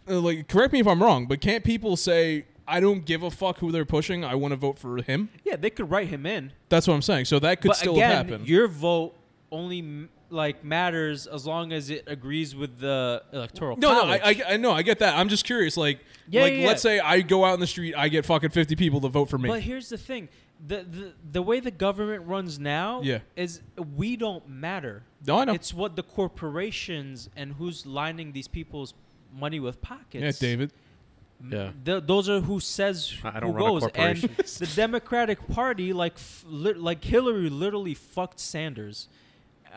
uh, like, correct me if I'm wrong, but can't people say, I don't give a fuck who they're pushing. I want to vote for him. Yeah, they could write him in, That's what I'm saying. So that could but still again, happen. your vote only m- like matters as long as it agrees with the electoral. no, no, college. I, I, I know, I get that. I'm just curious. Like, Yeah, like yeah, yeah. let's say I go out in the street, I get fucking 50 people to vote for me. But here's the thing: the, the the way the government runs now Yeah. is we don't matter. no, I know. It's what the corporations and who's lining these people's money with Yeah, pockets. David. Yeah. Th- those are who says I- I don't who run a goes, and the Democratic Party, like f- lit like Hillary, literally fucked Sanders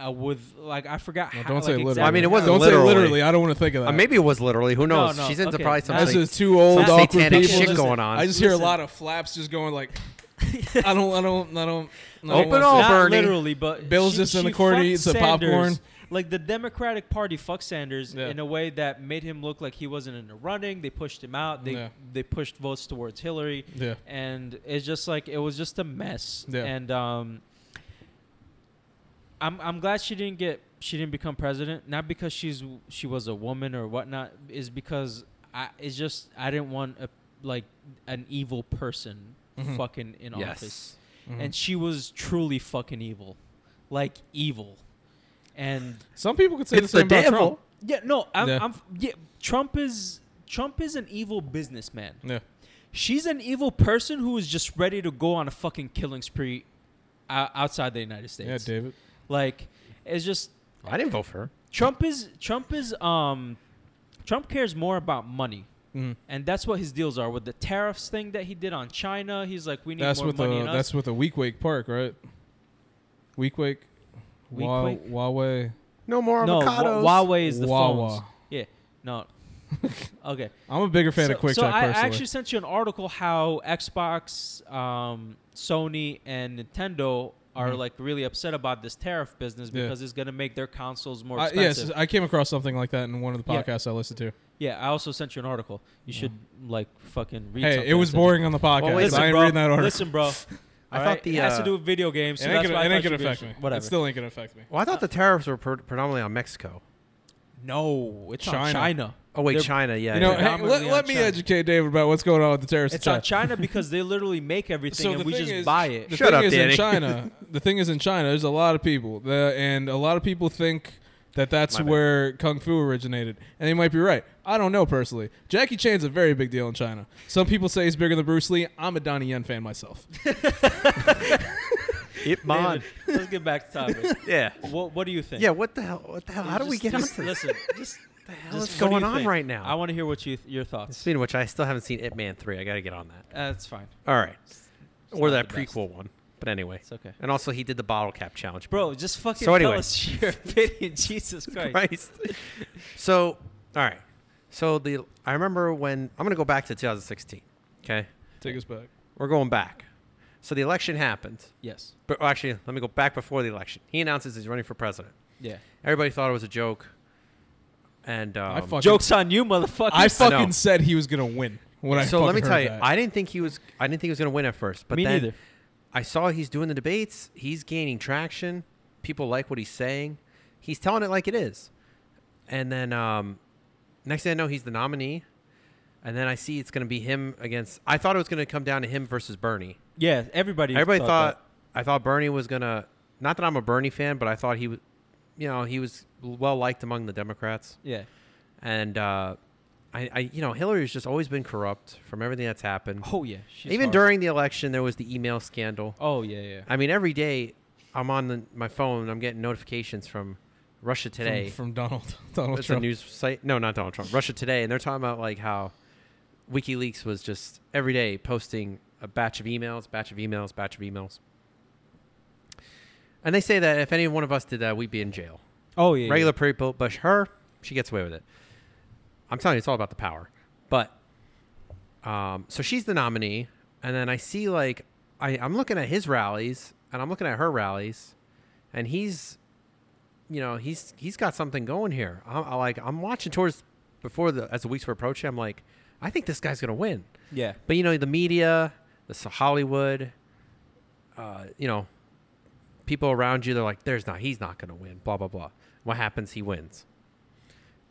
uh, with like I forgot. No, how, don't like, say literally. exactly- I mean, it wasn't Don't literally. say literally. I don't want to think of that. Uh, maybe it was literally. Who No, knows? no, She's into okay. probably That's This something. is two old Some awkward satanic people. shit Just- going on. I just hear a Listen. lot of flaps just going like, I don't, I don't, I don't. I don't want Open to- up. Not Bernie. literally, but Bill's she- just in she the corner fucked eating some Sanders. popcorn. Like the Democratic Party fucked Sanders Yeah. in a way that made him look like he wasn't in the running. They pushed him out. They Yeah. they pushed votes towards Hillary, Yeah. and it's just like it was just a mess. Yeah. And um, I'm I'm glad she didn't get she didn't become president. Not because she's she was a woman or whatnot. Is because I it's just I didn't want a like an evil person Mhm. fucking in office yes. and she was truly fucking evil, like evil. And Some people could say It's the same the about devil. Trump. yeah, no, I'm, Yeah. I'm yeah, Trump is Trump is an evil businessman. Yeah. She's an evil person who is just ready to go on a fucking killing spree o- outside the United Yeah, States. David. Like, it's just I didn't vote for her. Trump is Trump is um Trump cares more about money. Mhm. And that's what his deals are with the tariffs thing that he did on China. He's like, we need That's more with money. the in us. that's with the Weak Wake Park, right? Weak Wake, Wa- Weequake? Huawei. No more no, Wa- avocados. Huawei is the Wawa. phones. Yeah, no. okay. I'm a bigger fan so of Quick so Check I, I personally. actually sent you an article how Xbox, um, Sony, and Nintendo are Mhm. like really upset about this tariff business Yeah. because it's going to make their consoles more I- expensive. yes, I came across something like that in one of the Yeah. podcasts I listened to. Yeah, I also sent you an article. You should like fucking read. Hey, something it I was sent you. boring on the podcast. wait a I Listen, ain't bro. reading that article. Listen, bro. I All thought right? the, it has to uh, do with video games. it So ain't that's gonna, why I it ain't thought gonna you'd be- affect me. Whatever. It still ain't gonna affect me. Well, I uh, thought the tariffs were pre- predominantly on Mexico. no, it's on China. China. Oh wait, They're- China. Yeah. you know, yeah. hey, predominantly let, on let me China. educate David about what's going on with the terrorists. It's in on China because they literally make everything So and the we thing just is- buy it. The Shut thing up, is Danny. in China. the thing is in China. There's a lot of people, the, and a lot of people think that that's My bad. where kung fu originated, and they might be right. I don't know personally. Jackie Chan's a very big deal in China. Some people say he's bigger than Bruce Lee. I'm a Donnie Yen fan myself. Ip Man. David, Let's get back to topic. Yeah. what, what do you think? Yeah. What the hell? What the hell? How do we Just- get just onto this? Listen, just What the hell just is what do you going on think? right now? I want to hear what you your thoughts. Speaking of which, I still haven't seen Ip Man three. I got to get on that. That's fine. All right. or not that the best. prequel one. But anyway. It's okay. And also, he did the bottle cap challenge. Bro, just fucking So anyway. tell us your opinion. Jesus Christ. Christ. so, all right. So the I remember when I'm going to go back to 2016. Okay, Take us back. we're going back. So the election happened. Yes. But well, actually, let me go back before the election. He announces he's running for president. Yeah. Everybody thought it was a joke. And um, I fucking, Joke's on you, motherfucker. I I know. fucking said he was gonna win. When I so let fucking me tell heard you, that. I didn't think he was. I didn't think he was going to win at first. But Me then neither. I saw he's doing the debates. He's gaining traction. People like what he's saying. He's telling it like it is. And then um, next thing I know, he's the nominee. And then I see it's going to be him against. I thought it was going to come down to him versus Bernie. Yeah, everybody. Everybody thought, thought. I thought Bernie was going to. Not that I'm a Bernie fan, but I thought he was. You know, he was well liked among the Democrats. that. Yeah. And uh, I, I, you know, Hillary's just always been corrupt from everything that's happened. Oh yeah. She's Even horrible. during the election, there was the email scandal. Oh yeah, yeah. I mean, every day I'm on the, my phone. I'm getting notifications from Russia From- Today. from, Donald Donald it's a Trump. news site. No, not Donald Trump. Russia Today, and they're talking about like how WikiLeaks was just every day posting a batch of emails, batch of emails, batch of emails. And they say that if any one of us did that, we'd be in jail. Oh yeah. Regular people, but her, she gets away with it. I'm telling you, it's all about the power. But um, so she's the nominee, and then I see like I, I'm looking at his rallies and I'm looking at her rallies, and he's, you know, he's he's got something going here. I, I like I'm watching towards before the as the weeks were approaching. I'm like, I think this guy's gonna win. Yeah. But you know, the media, this Hollywood, uh, you know, people around you, they're like, "There's not, he's not going to win." Blah blah blah. What happens? He wins.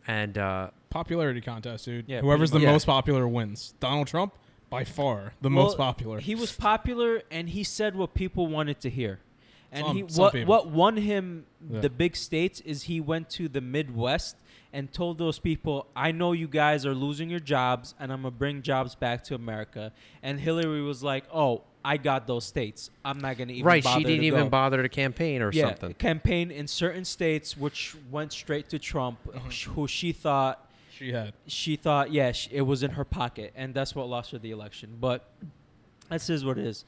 And uh, popularity contest, dude. Yeah, Whoever's the pretty much. most popular wins. Donald Trump by far the most Well, popular. He was popular, and he said what people wanted to hear. And Some- he some what people. what won him Yeah. the big states is he went to the Midwest and told those people, "I know you guys are losing your jobs, and I'm gonna bring jobs back to America." And Hillary was like, "Oh, I got those states. I'm not gonna even right, Bother she didn't to even go." bother to campaign or yeah, something. campaign in certain states, which went straight to Trump, Uh-huh. who she thought she had. she thought, yeah, sh it was in her pocket, and that's what lost her the election. But this is what it is.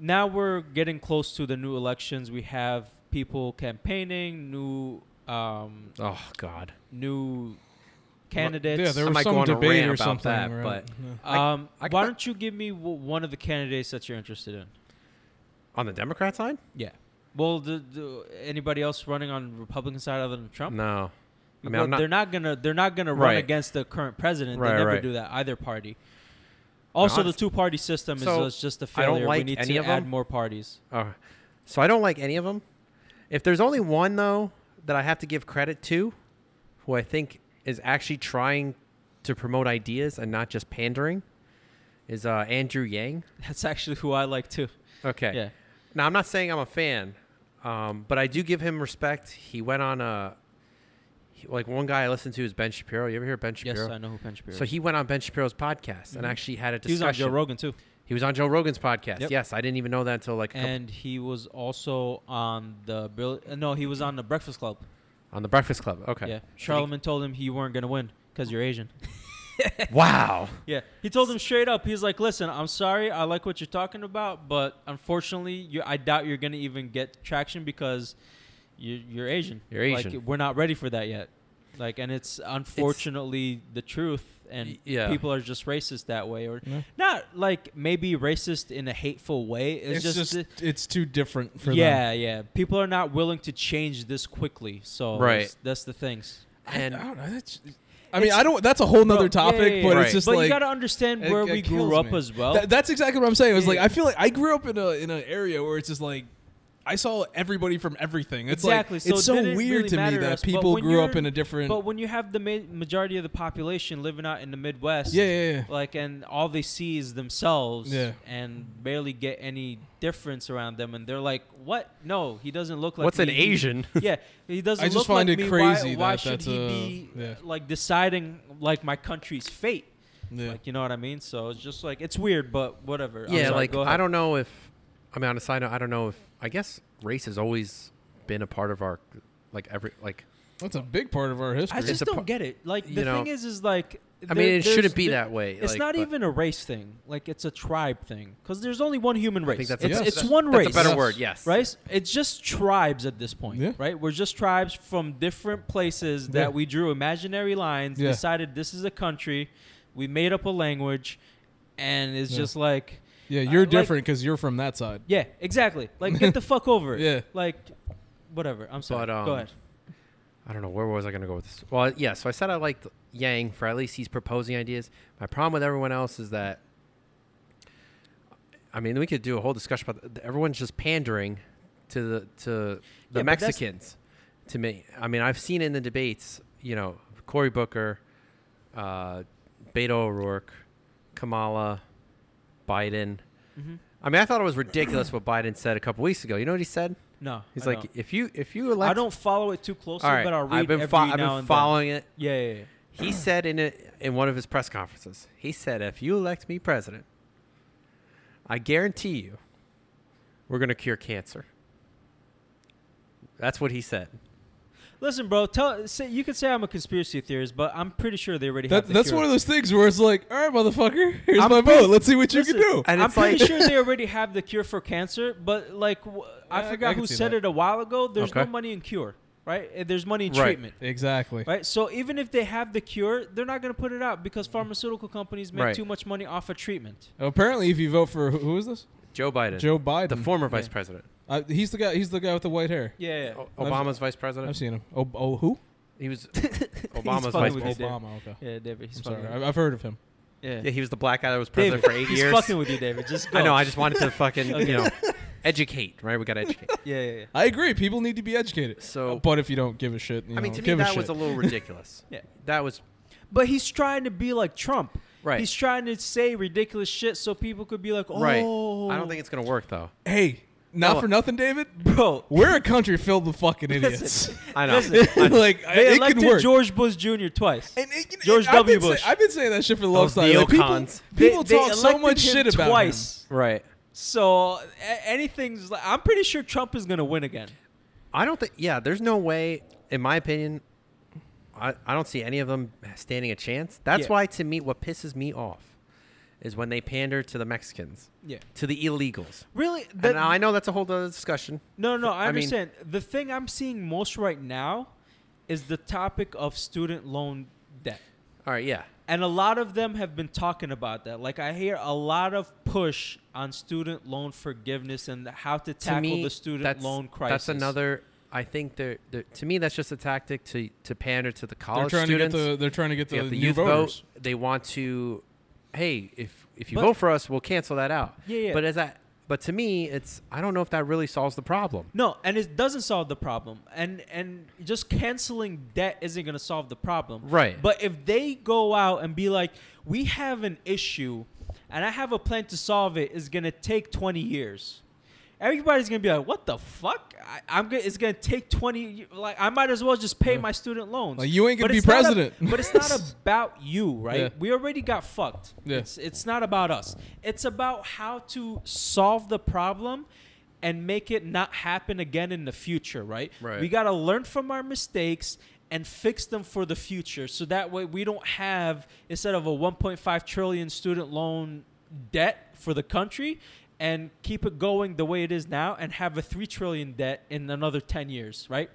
Now we're getting close to the new elections. We have people campaigning, new um, Oh God. new candidates. Yeah, there I was might go some on a debate rant or about something. that, right? but- Yeah. um, I- why I got- don't you give me w- one of the candidates that you're interested in? On the Democrat side? Yeah. Well, the, the, anybody else running on Republican side other than Trump? No. I mean, Well, I'm not. they're not gonna they're not gonna run Right. against the current president. Right, they never right. do that either party. Also, the honest- two party system is So, is just a I failure. don't like we need any to of add them. more parties. Uh, so I don't like any of them. If there's only one though that I have to give credit to, who I think is actually trying to promote ideas and not just pandering, is uh, Andrew Yang. That's actually who I like too. Okay. Yeah, Now, I'm not saying I'm a fan, um, but I do give him respect. He went on a. uh, he- like one guy I listened to is Ben Shapiro. You ever hear of Ben Shapiro? Yes, I know who Ben Shapiro. So is. he went on Ben Shapiro's podcast and Mhm. actually had a he was discussion. on Joe Rogan too, He was on Joe Rogan's podcast. Yep. Yes, I didn't even know that until like a couple, and he was also on the Bill. uh, No, he was on the Breakfast Club. on the Breakfast Club. Okay. Yeah, Charlemagne told him he weren't gonna win because you're Asian. Wow. Yeah, he told him straight up. He's like, "Listen, I'm sorry. I like what you're talking about, but unfortunately, you, I doubt you're gonna even get traction because you're, you're Asian. You're Asian. Like, we're not ready for that yet. Like, and it's unfortunately the truth. And Y- yeah. people are just racist that way, or Yeah. not like maybe racist in a hateful way. It's, just, it's too different for them. yeah, yeah. People are not willing to change this quickly. So Right. that's, that's the things. And I don't know. That's, I mean, It's- I don't. That's a whole Bro, nother topic, yeah, yeah, yeah. but Right. it's just but like you gotta understand it- where it we kills grew up me. as well. Th- that's exactly what I'm saying. It was like Yeah. I feel like I grew up in a in an area where it's just like I saw everybody from everything. It's exactly. like it's so it didn't weird really to me matter that us, but people when grew up you're- in a different. But when you have the ma- majority of the population living out in the Midwest, yeah, yeah, yeah. like, and all they see is themselves, Yeah. and barely get any difference around them, and they're like, "What? No, he doesn't look like what's an me. Asian? yeah, he doesn't. I just look find like it me. crazy Why, why that should that's he a- be uh, yeah. like deciding like my country's fate? yeah. Like, you know what I mean? So it's just like it's weird, but whatever. I'm yeah, sorry, like go I ahead. don't know if I mean on a side note, I don't know if I guess race has always been a part of our like every like That's a big part of our history. I just a don't pro- get it. Like you the know, thing is, is like I there- mean it there's- shouldn't be there- that way. It's like, not but even a race thing. Like it's a tribe thing because there's only one human race. I think that's it's, a, it's Yes. one that's race. a better Yes. word. Yes. Right? It's just tribes at this point. Yeah. Right? We're just tribes from different places that Yeah. we drew imaginary lines, Yeah. decided this is a country, we made up a language, and it's Yeah. just like, yeah, I you're like- different because you're from that side. yeah, exactly. Like, get the fuck over it. Yeah. Like, whatever. I'm sorry. But, um, Go ahead. I don't know where was I going to go with this. Well, yeah. So I said I liked Yang for at least he's proposing ideas. My problem with everyone else is that, I mean, we could do a whole discussion about th- everyone's just pandering to the to the Yeah, but that's- Mexicans. To me, I mean, I've seen in the debates, you know, Cory Booker, uh, Beto O'Rourke, Kamala, Biden. Mhm. I mean, I thought it was ridiculous what Biden said a couple weeks ago. You know what he said? No. He's I like, don't. if you if you elect, I don't follow it too closely, all right, but I'll read I've been, every fo- now I've been and following it. then. Yeah, yeah, yeah. He said in a, in one of his press conferences, he said, "If you elect me president, I guarantee you, we're going to cure cancer." That's what he said. Listen, bro. Tell say, you can say I'm a conspiracy theorist, but I'm pretty sure they already That, have. The that's cure. one of those things where it's like, all right, motherfucker, here's I'm my pretty- vote. Let's see what you can Listen, do. And I'm it's like- pretty sure they already have the cure for cancer, but like w I Yeah, I- I forgot I can who see said that. it a while ago. There's no Okay. money in cure, right? Uh, There's money in Right. treatment, Exactly. right? So even if they have the cure, they're not going to put it out because pharmaceutical companies make Right. too much money off of treatment. Apparently, if you vote for who- who is this? Joe Biden, Joe Biden. the former vice Yeah. president, Uh, he's the guy. He's the guy with the white hair. Yeah, yeah. O- Obama's vice I've president. seen him. Oh, oh who? He was He's Obama's funny vice. with president. you, David. Obama. Okay. yeah, David. He's fucking. I'm sorry. with you. I- I've heard of him. Yeah, Yeah, he was the black guy that was David. president for eight he's years. fucking with you, David. Just go. I know. I just wanted to fucking Okay. you know educate. Right, we got to educate. Yeah, yeah, yeah. I agree. People need to be educated. Uh, So- but if you don't give a shit, you I mean, know, to me give a that shit. was a little ridiculous. Yeah. That was But he's trying to be like Trump. Right. He's trying to say ridiculous shit so people could be like, oh. right. I don't think it's gonna work though. hey, not No. for nothing, David. Bro. We're a country filled with fucking idiots. Listen, I know. Listen, like I- they it could elected work. George Bush Jr. twice. and it, you know, George I've W. Been say- Bush. I've been saying that shit for the love Those side. Like, people neocons. people They- they talk so elected much him shit about him. twice. Right. So a- anything's. Like, I'm pretty sure Trump is gonna win again. I don't think. Yeah, there's no way, in my opinion, I, I don't see any of them standing a chance. That's Yeah. why, to me, what pisses me off is when they pander to the Mexicans, Yeah. to the illegals. Really? and I know that's a whole other discussion. No, no, I I mean- understand. the thing I'm seeing most right now is the topic of student loan debt. All right, yeah, And a lot of them have been talking about that. Like I hear a lot of push on student loan forgiveness and how to to tackle me, the student that's, loan crisis. That's another. I think they're, they're- to me that's just a tactic to to pander to the They're college trying to get students. the. They're trying to get They the, have new youth voters. vote. They want to, hey, if if you But- vote for us, we'll cancel that out. Yeah, yeah. But as I, but to me, it's I don't know if that really solves the problem. No, and it doesn't solve the problem. And and just canceling debt isn't going to solve the problem. Right. But if they go out and be like, "We have an issue and I have a plan to solve it is going to take 20 years." everybody's gonna be like, "What the fuck?" I, I'm gonna. It's gonna take twenty. y- Like I might as well just pay my student loans. Like, you ain't gonna But be it's not a- president. but it's not about you, right? Yeah. We already got fucked. Yeah. It's it's not about us. It's about how to solve the problem and make it not happen again in the future, right? Right. We gotta learn from our mistakes and fix them for the future. So that way we don't have instead of a 1.5 trillion student loan debt for the country and keep it going the way it is now and have a 3 trillion debt in another 10 years, right?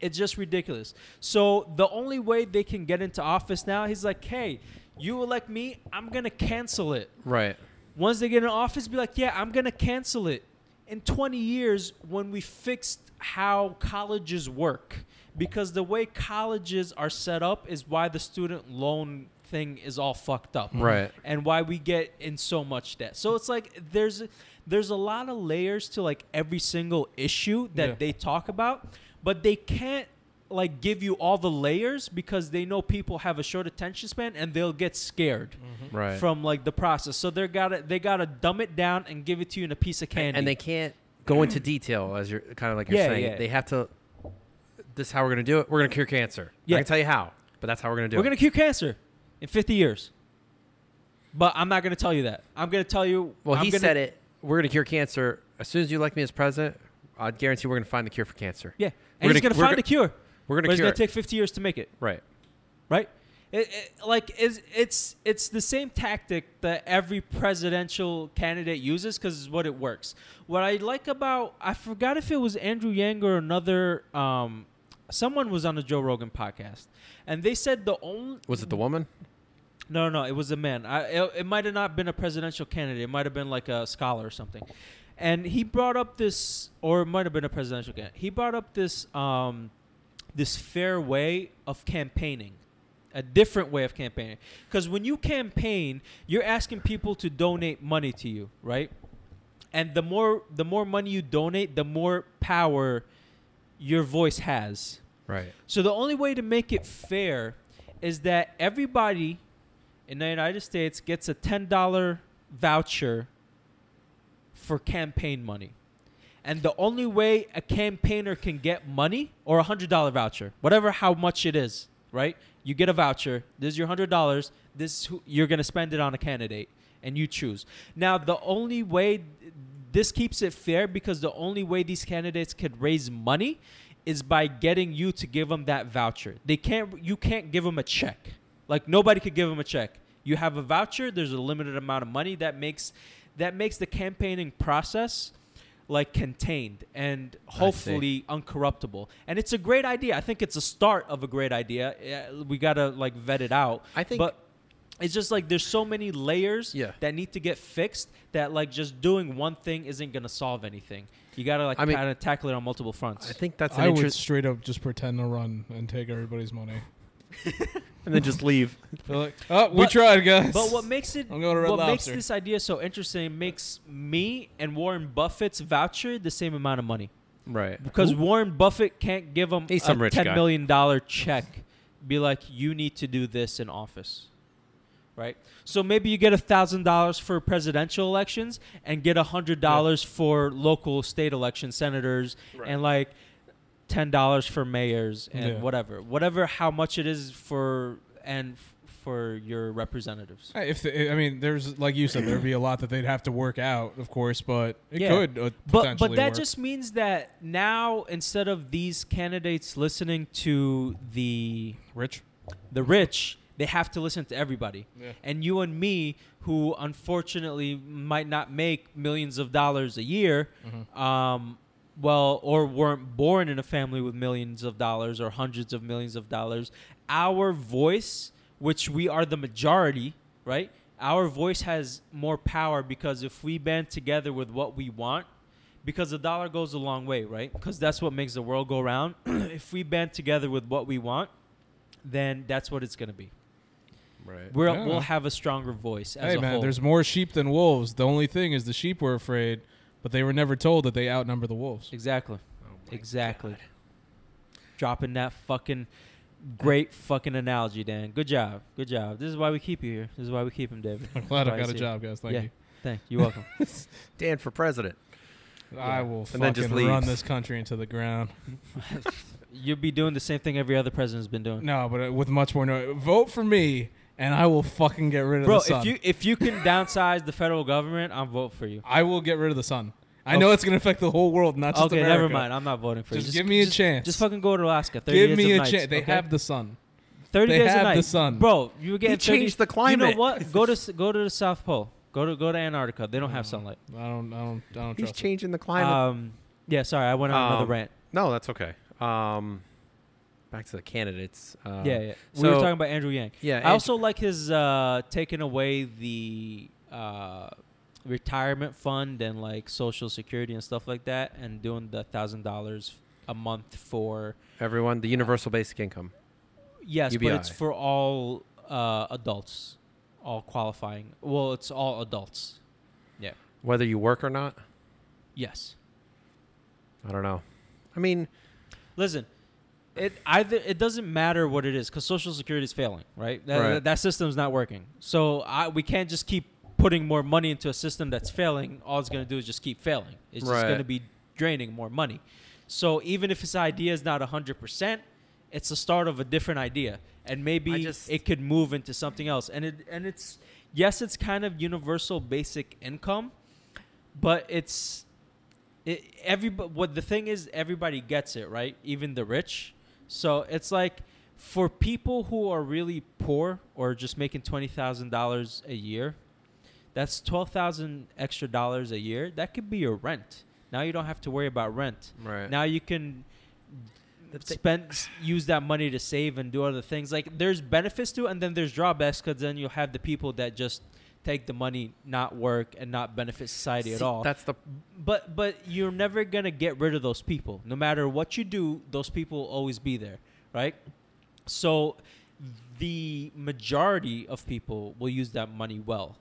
It's just ridiculous. So the only way they can get into office now, he's like, "Hey, you elect me, I'm gonna cancel it." Right. Once they get in office, be like, "Yeah, I'm gonna cancel it." In 20 years, when we fixed how colleges work, because the way colleges are set up is why the student loan thing is all fucked up Right. and why we get in so much debt. So it's like there's there's a lot of layers to like every single issue that Yeah. they talk about, but they can't like give you all the layers because they know people have a short attention span and they'll get scared Right. from like the process. So they gotta they gotta dumb it down and give it to you in a piece of candy. and they can't go into detail as you're kind of like you're Yeah, saying. yeah. They have to. This is how we're gonna do it. We're gonna cure cancer. Yeah. I can tell you how, but that's how we're gonna do We're it. gonna cure cancer in 50 years. But I'm not gonna tell you that. I'm gonna tell you. well, I'm he gonna- said it. We're gonna cure cancer as soon as you elect me as president. I guarantee we're gonna find the cure for cancer. Yeah, and We're he's gonna- gonna we're find go- a cure. we're gonna but it's cure gonna it. take 50 years to make it. Right. right? It, it, like is it's it's the same tactic that every presidential candidate uses because it's what it works. What I like about I forgot if it was Andrew Yang or another um, someone was on the Joe Rogan podcast, and they said the only Was it the woman? no, no, it was a man. I, it it might have not been a presidential candidate. It might have been like a scholar or something. And he brought up this, or it might have been a presidential candidate. He brought up this, um, this fair way of campaigning, a different way of campaigning. Because when you campaign, you're asking people to donate money to you, right? And the more the more money you donate, the more power your voice has. Right. So the only way to make it fair is that everybody in the United States gets a $10 voucher for campaign money. And the only way a campaigner can get money or a $100 voucher, whatever how much it is, right? You get a voucher. This is your $100. This is who, you're going to spend it on a candidate and you choose. Now, the only way this keeps it fair because the only way these candidates could raise money is by getting you to give them that voucher. They can't you can't give them a check. Like nobody could give them a check. You have a voucher, there's a limited amount of money that makes that makes the campaigning process like contained and hopefully uncorruptible. And it's a great idea. I think it's a start of a great idea. Yeah, We got to like vet it out. I think- But it's just like there's so many layers Yeah. that need to get fixed that like just doing one thing isn't going to solve anything. You got to like I mean- kind of tackle it on multiple fronts. I think that's an I would interest. straight up just pretend to run and take everybody's money. And then just leave. They're like, oh, we But- tried, guys. But what makes it I'm going to Red what makes Lobster. this idea so interesting makes me and Warren Buffett's voucher the same amount of money Right. because Warren Buffett can't give him He's some a rich ten guy. million dollar check. Be like, you need to do this in office, right? So maybe you get a thousand dollars for presidential elections and get a hundred dollars for local state elections, senators, and like ten dollars for mayors and Yeah. whatever, whatever how much it is for and f- for your representatives. Hey, Uh, If the, I mean, there's like you said, there'd be a lot that they'd have to work out, of course, but it Yeah. could. Uh, but but potentially that work. just means that now instead of these candidates listening to the rich. the rich they have to listen to everybody Yeah. and you and me who unfortunately might not make millions of dollars a year um, well or weren't born in a family with millions of dollars or hundreds of millions of dollars our voice which we are the majority right our voice has more power because if we band together with what we want because the dollar goes a long way right because that's what makes the world go round if we band together with what we want then that's what it's going to be. Right. We're, Yeah. We'll have a stronger voice as Hey a man, whole. there's more sheep than wolves. The only thing is the sheep were afraid, but they were never told that they outnumber the wolves. exactly, exactly. Dropping that fucking great fucking analogy, Dan. Good job, good job. This is why we keep you here. This is why we keep him, David. I'm glad That's I why got a see it. job, guys. Thank yeah, you. thank you. You're welcome. Dan for president. I will And then just fucking run leaves. this country into the ground. You'd be doing the same thing every other president's been doing. No, but uh, with much more. No, vote for me, and I will fucking get rid of Bro, the sun. if you if you can downsize the federal government, I'll vote for you. I will get rid of the sun. I know it's gonna affect the whole world, not just okay, America. never mind. I'm not voting for you. Just give me a chance. Just fucking go to Alaska. 30 Give days me of a nights, chance. They okay? have the sun. 30 They days have a the night. sun. Bro, you were getting 30 changed the You climate. know what? Go to s- go to the South Pole. Go to go to Antarctica. They don't have sunlight. I don't. I don't. I don't He's trust. it. changing the Mm. climate. Um, yeah, sorry, I went on another Um, rant. no, that's okay. Um, back to the candidates. Uh, yeah, yeah. We so- were talking about Andrew Yang. yeah, I and- also like his uh, taking away the uh, retirement fund and like Social Security and stuff like that, and doing the thousand dollars a month for everyone. The universal basic income. yes, UBI. but it's for all uh, adults, all qualifying. Well, it's all adults. Yeah. Whether you work or not, Yes. I don't know. I mean, Listen, it either it doesn't matter what it is because Social Security is failing, right? That, Right. that, that system's not working. So I, we can't just keep putting more money into a system that's failing. All it's going to do is just keep failing. It's just Right. going to be draining more money. So even if this idea is not hundred percent, it's the start of a different idea, and maybe just- it could move into something else. And it and it's yes, it's kind of universal basic income, but it's it, everybody what the thing is everybody gets it right even the rich so it's like for people who are really poor or just making $20000 a year that's 12000 extra dollars a year that could be your rent now you don't have to worry about rent Right. now you can spend s- use that money to save and do other things like there's benefits to it and then there's drawbacks because then you'll have the people that just take the money not work and not benefit society at see, all that's the but but you're never gonna get rid of those people. No matter what you do, those people will always be there, right? So the majority of people will use that money well.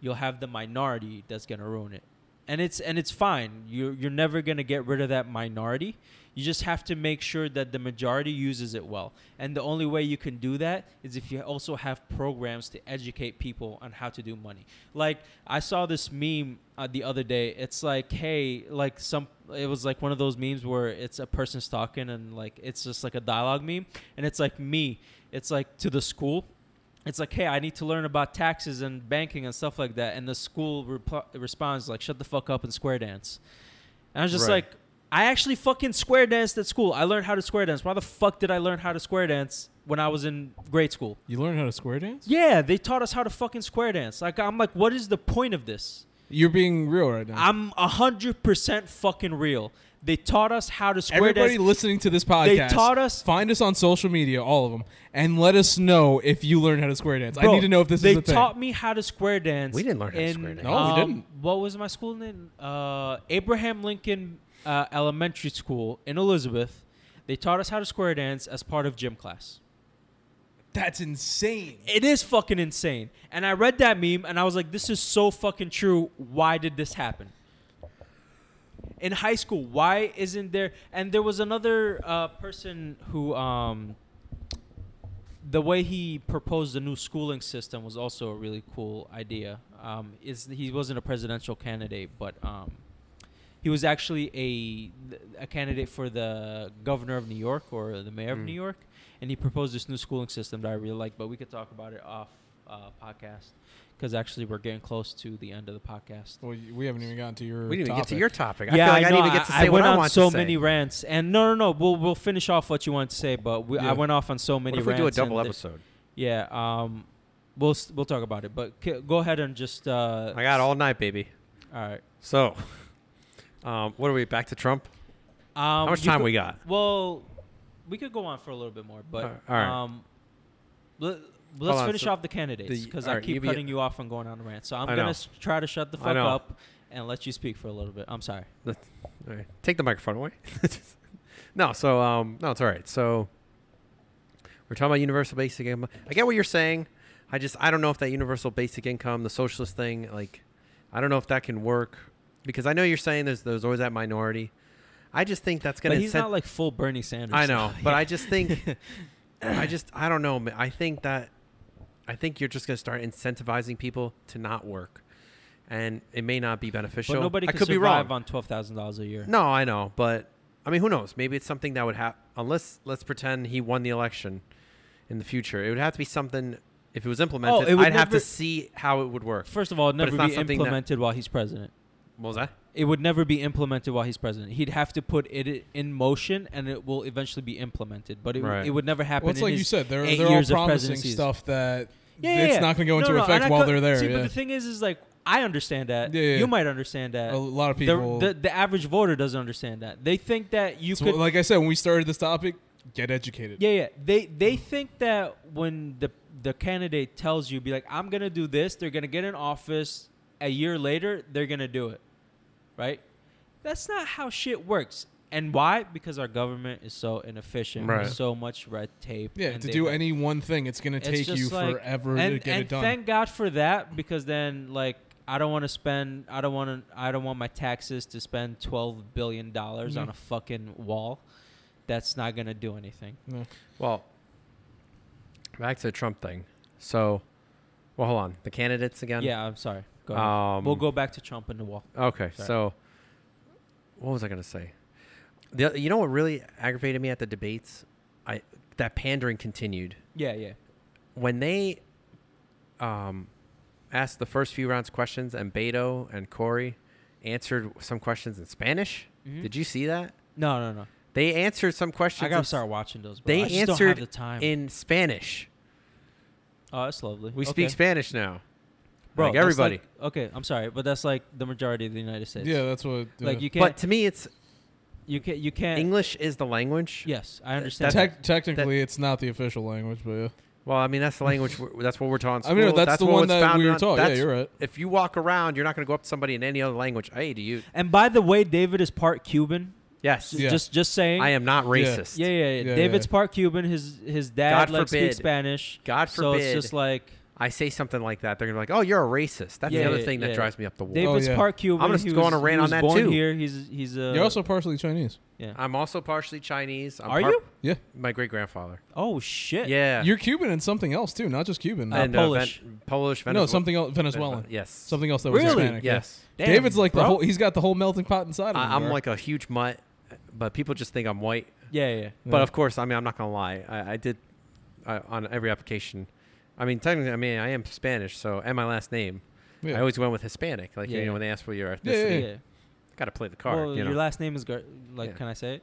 You'll have the minority that's gonna ruin it. And it's and it's fine. You're you're never gonna get rid of that minority. You just have to make sure that the majority uses it well. And the only way you can do that is if you also have programs to educate people on how to do money. Like I saw this meme uh, the other day. It's like, hey, like some. It was like one of those memes where it's a person's talking and like it's just like a dialogue meme, and it's like me. It's like to the school. It's like, hey, I need to learn about taxes and banking and stuff like that. And the school repl- responds like, shut the fuck up and square dance. And I was just Right. like, I actually fucking square danced at school. I learned how to square dance. Why the fuck did I learn how to square dance when I was in grade school? You learn how to square dance. Yeah, they taught us how to fucking square dance. Like, I'm like, what is the point of this? You're being real right now. I'm a hundred percent fucking real. They taught us how to square Everybody dance. listening to this podcast, taught us- Find us on social media, all of them, and let us know if you learn how to square dance. I Bro, need to know if this they is a thing. taught me how to square dance. We didn't learn how to in, square dance. No, we um, didn't. What was my school name? Uh, Abraham Lincoln uh, Elementary School in Elizabeth. They taught us how to square dance as part of gym class. That's insane. It is fucking insane. And I read that meme and I was like, this is so fucking true. Why did this happen? In high school, why isn't there? And there was another uh, person who, um, the way he proposed the new schooling system was also a really cool idea. Um, is he wasn't a presidential candidate, but um, he was actually a a candidate for the governor of New York or the mayor of Mm. New York, and he proposed this new schooling system that I really like. But we could talk about it off uh, podcast because actually we're getting close to the end of the podcast. Well, you- we haven't even gotten to your. we didn't even get to topic. your topic. I yeah, feel like I, know, didn't even get to say went what I on want so to say. many rants, and no, no, no. We'll we'll finish off what you want to say, but we, Yeah. I went off on so many What if we rants. do a double and the- episode? Yeah, um, we'll s- we'll talk about it, but c- go ahead and just. Uh, I got all night, baby. All right. So, um, what are we back to Trump? Um, How much you time could- we got? Well, we could go on for a little bit more, but All right, all right. um, let, let's on, finish so off the candidates the- because all I right, you keep be- cutting you off and going on a rant. So I'm I gonna know. s- try to shut the I fuck know. up and let you speak for a little bit. I'm sorry. Let's- all right. Take the microphone away. no, so um, no, it's all right. So we're talking about universal basic income. I get what you're saying. I just I don't know if that universal basic income, the socialist thing, like I don't know if that can work because I know you're saying there's there's always that minority. I just think that's gonna. But he's incent- not like full Bernie Sanders. I know, so- but yeah. I just think, I just, I don't know. ma- I think that, I think you're just going to start incentivizing people to not work. and it may not be beneficial. But nobody I can could be survive wrong. on twelve thousand dollars a year. No, I know, but I mean, who knows? Maybe it's something that would happen. Unless let's pretend he won the election in the future, it would have to be something. If it was implemented, Oh, it I'd would have to never- see how it would work. First of all, it'd But it's never not be something that- implemented while he's president. What was that? It would never be implemented while he's president. He'd have to put it i- in motion, and it will eventually be implemented. But it, w- Right. it would never happen. Well, it's in like his you said, they're, eight they're all years of promising presidencies. stuff that Yeah, yeah, it's yeah. not going to go No, into no, no, effect and I while co- they're there. See, but yeah. the thing is, is like I understand that. Yeah, yeah. You might understand that. a lot of The- people. the, the average voter doesn't understand that. They think that you so could like I said, when we started this topic, get educated. Yeah, yeah. They they think that when the the candidate tells you, be like, I'm gonna do this, they're gonna get in office a year later, they're gonna do it. Right? That's not how shit works. And why? Because our government is so inefficient. Right. So much red tape. Yeah, and to they do have- any one thing, it's going to It's take just you like- forever and, to get and it done. Thank God for that, because then like I don't want to spend I don't want to I don't want my taxes to spend twelve billion dollars Mhm. on a fucking wall. That's not gonna do anything. No. Well, back to the Trump thing. So, well, hold on. The candidates again. Yeah, I'm sorry. Go ahead. Um, we'll go back to Trump and the wall. Okay, Sorry. so what was I gonna say? The, you know what really aggravated me at the debates? I that pandering continued Yeah, yeah. when they um, asked the first few rounds questions, and Beto and Corey answered some questions in Spanish. Mm-hmm. Mhm. Did you see that? No, no, no. They answered some questions. I gotta in- start watching those. Bro. They I just answered don't have the time. in Spanish. oh, that's lovely. We Okay. speak Spanish now, bro. like that's everybody. okay, I'm sorry, but that's like the majority of the United States. Yeah, that's what. Like yeah. you can't. but to me, it's you can't. You can't. English is the language. Yes, I Uh, understand. that's- that. Tec- technically, it's not the official language, but yeah. Well, I mean, that's the language. We're, that's what we're taught. In I mean, school. that's the what one was that we founded were on- taught. Yeah, that's- you're right. If you walk around, you're not going to go up to somebody in any other language. Hey, do you? And by the way, David is part Cuban. Yes, Yeah. Just, just saying. I am not racist. Yeah, yeah. yeah. Yeah, David's yeah. part Cuban. His his dad God like forbid. speaks Spanish. God So it's forbid. just like I say something like that, they're gonna be like, "Oh, you're a racist." That's Yeah, the other yeah, thing that yeah. drives me up the wall. Dave- David's Oh, yeah. part Cuban. I'm gonna he go on was- a rant he on was that born too. Here, he's he's uh, You're also partially Chinese. yeah. I'm also partially Chinese. I'm Are part- you? Yeah. My great grandfather. Oh shit. Yeah, You're Cuban and something else too, not just Cuban. Uh, and, Polish. Ven- Polish, Venezuelan. no, something else, Venezuelan. Yes. Something else that was Really? Hispanic. yeah. Yes. Damn, David's like the bro. whole. He's got the whole melting pot inside of him. I, I'm bro. like a huge mutt, but people just think I'm white. Yeah, yeah. But Yeah. of course, I mean, I'm not gonna lie. I, I did I, on every application. I mean, technically, I mean, I am Spanish, so and my last name. Yeah. I always went with Hispanic. Like Yeah. you know, when they ask for your ethnicity, Yeah, yeah, yeah. Hey. yeah. got to play the card. well, Eh, you know? your last name is Gar- like, Yeah. can I say it?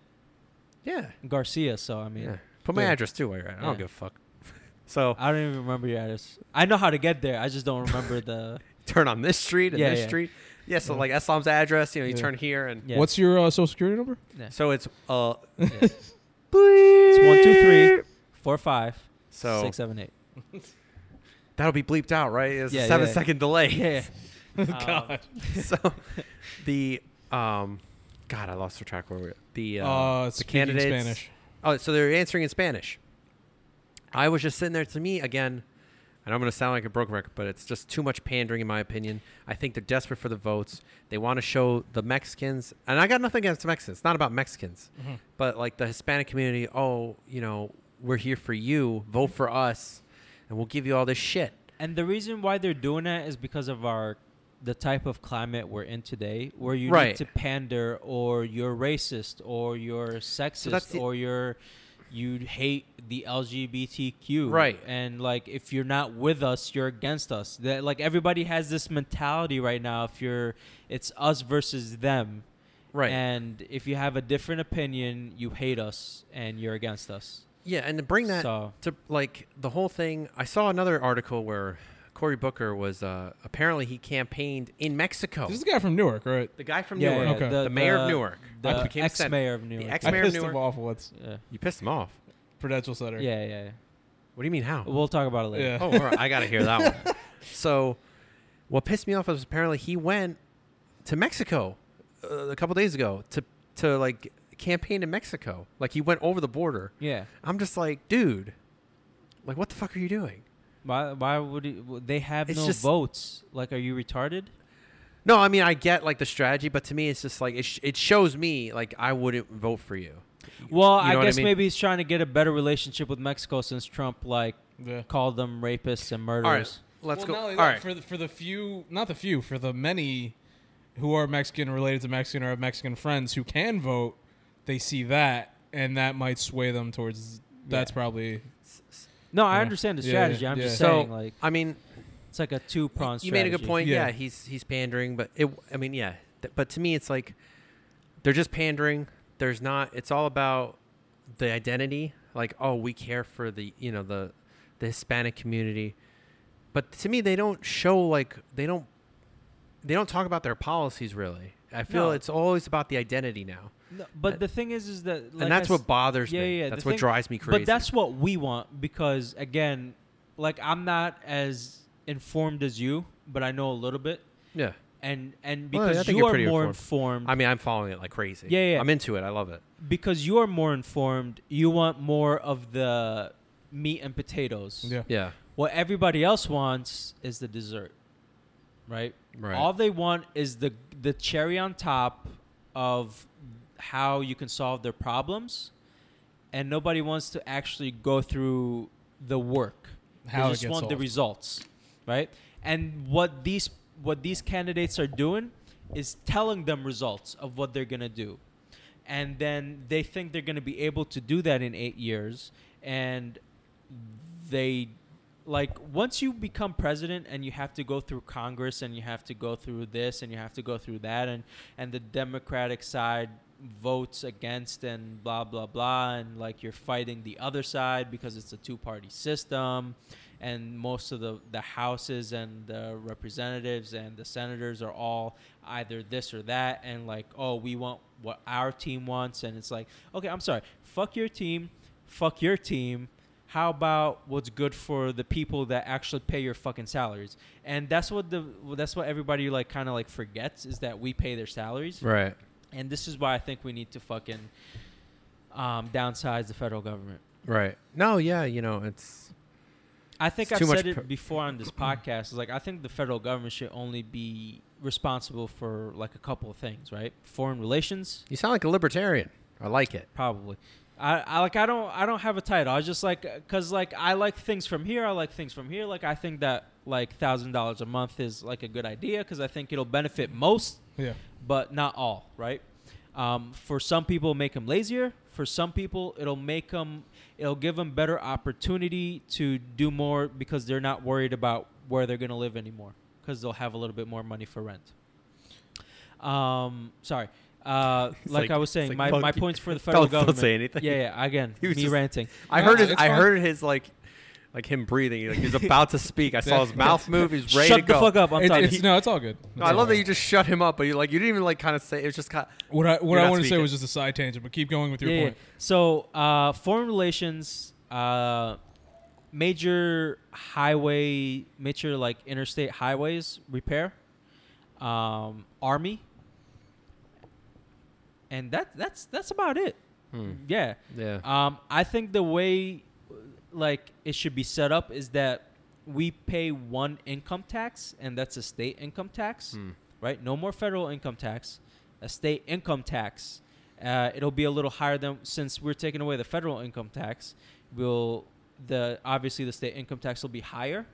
yeah, Garcia. So I mean, yeah. Put my Yeah. address too. I, I don't Yeah. give a fuck. So I don't even remember your address. I know how to get there. I just don't remember the. turn on this street and Yeah, this yeah. street. Yeah, so Yeah. like Islam's address, you know, you Yeah. turn here and Yeah. What's your uh, social security number? Yeah. so it's uh Yes. it's It's one, two, three, four, five, So six, seven, eight. that'll be bleeped out, right? It's Yeah, a yeah, seven yeah. second delay. Yeah. yeah. Um, God. so the um God, I lost the track where we the uh, Uh, the speaking candidates. Spanish. Oh, so they're answering in Spanish. I was just sitting there to me again, and I'm going to sound like a broken record, but it's just too much pandering, in my opinion. I think they're desperate for the votes. They want to show the Mexicans, and I got nothing against Mexicans. It's not about Mexicans, but like the Hispanic community, oh, you know, we're here for you. Vote for us, and we'll give you all this shit. and the reason why they're doing that is because of our the type of climate we're in today, where you Right. need to pander, or you're racist, or you're sexist, the- or you're you hate the LGBTQ, Right. And like, if you're not with us, you're against us. That like everybody has this mentality right now. If you're, it's us versus them. Right. And if you have a different opinion, you hate us and you're against us. Yeah, and to bring that So- to like the whole thing, I saw another article where Cory Booker was uh, apparently he campaigned in Mexico. This is the guy from Newark, right? The guy from Yeah, Newark, yeah, Okay. the, the- mayor of the- Newark, the who became sen- ex-mayor of Newark. The I I ex-mayor of pissed him Newark. off once. Yeah. You pissed him off. Prudential Center. Yeah, yeah, yeah. What do you mean? How? We'll talk about it later. Yeah. oh, all right, I gotta hear that one. So, what pissed me off was apparently he went to Mexico uh, a couple days ago to to like campaign in Mexico. Like he went over the border. Yeah. I'm just like, dude, like what the fuck are you doing? Why? Why would you, w- they have It's no just- votes? Like, are you retarded? No, I mean I get like the strategy, but to me it's just like it, sh- it shows me like I wouldn't vote for you. Well, You know what I I guess mean? maybe he's trying to get a better relationship with Mexico since Trump like Yeah. called them rapists and murderers. let's well, go. not All only that, right. For the, for the few, not the few, for the many who are Mexican, related to Mexican, or have Mexican friends who can vote, they see that, and that might sway them towards. That's Yeah. probably No, I Yeah. understand the Yeah, strategy. yeah, I'm just yeah. so saying, like, I mean, it's like a two pronged. you made a good point. Yeah. Yeah. he's he's pandering, but it. I mean, yeah, Th- but to me, it's like they're just pandering. There's not. It's all about the identity. Like, oh, we care for the you know the the Hispanic community, but to me, they don't show like they don't they don't talk about their policies really. I feel No. it's always about the identity now, but the thing is, is that like and that's I s- what bothers yeah, me. yeah, the that's what thing- drives me crazy. But that's what we want because again, like I'm not as informed as you, but I know a little bit, yeah. and and Well, I because think you you're are pretty more informed, I mean, I'm following it like crazy. Yeah, yeah. I'm into it. I love it. because you are more informed, you want more of the meat and potatoes. yeah. Yeah. What everybody else wants is the dessert, right? Right. All they want is the the cherry on top of how you can solve their problems, and nobody wants to actually go through the work. How they it just gets want the solved. results, right? And what these what these candidates are doing is telling them results of what they're gonna do, and then they think they're gonna be able to do that in eight years, and they like once you become president and you have to go through congress and you have to go through this and you have to go through that and and the democratic side votes against and blah blah blah and like you're fighting the other side because it's a two party system and most of the the houses and the representatives and the senators are all either this or that and like oh we want what our team wants and it's like okay i'm sorry fuck your team fuck your team how about what's good for the people that actually pay your fucking salaries and that's what the that's what everybody like kind of like forgets is that we pay their salaries Right. and this is why i think we need to fucking um, downsize the federal government Right. No. Yeah. You know, it's i think i've It's too much said it pr- before on this podcast is like i think the federal government should only be responsible for like a couple of things right foreign relations You sound like a libertarian. I like it. probably I, I like I don't I don't have a title. I was just like because like I like things from here. I like things from here. Like I think that like thousand dollars a month is like a good idea because I think it'll benefit most, Yeah. but not all. Right? Um, for some people, make them lazier. For some people, it'll make them it'll give them better opportunity to do more because they're not worried about where they're gonna live anymore because they'll have a little bit more money for rent. Um, sorry. Uh, It's like, like- I was it's saying, my, like my funky. points for the federal Don't- don't government. say anything. Yeah, yeah. Again, He me was just- ranting. I No, heard his. it's I fine. heard his like, like him breathing. Like he's about to speak. I saw his mouth move. He's ready Shut to the go. fuck up! I'm It's- talking. it's- no, it's all good. No, I love that you just shut him up, but you like you didn't even like kind of say. It was just kind. Of, What I what You're I not wanted to say speaking. was just a side tangent, but keep going with your yeah, point. yeah. So, uh, foreign relations, uh, major highway, major like interstate highways repair, um, army, and that that's that's about it. Hmm. Yeah. Yeah. Um, I think the way like it should be set up is that we pay one income tax, and that's a state income tax, right? No more federal income tax, a state income tax. Uh, it'll be a little higher than since we're taking away the federal income tax. Will the obviously the state income tax will be higher,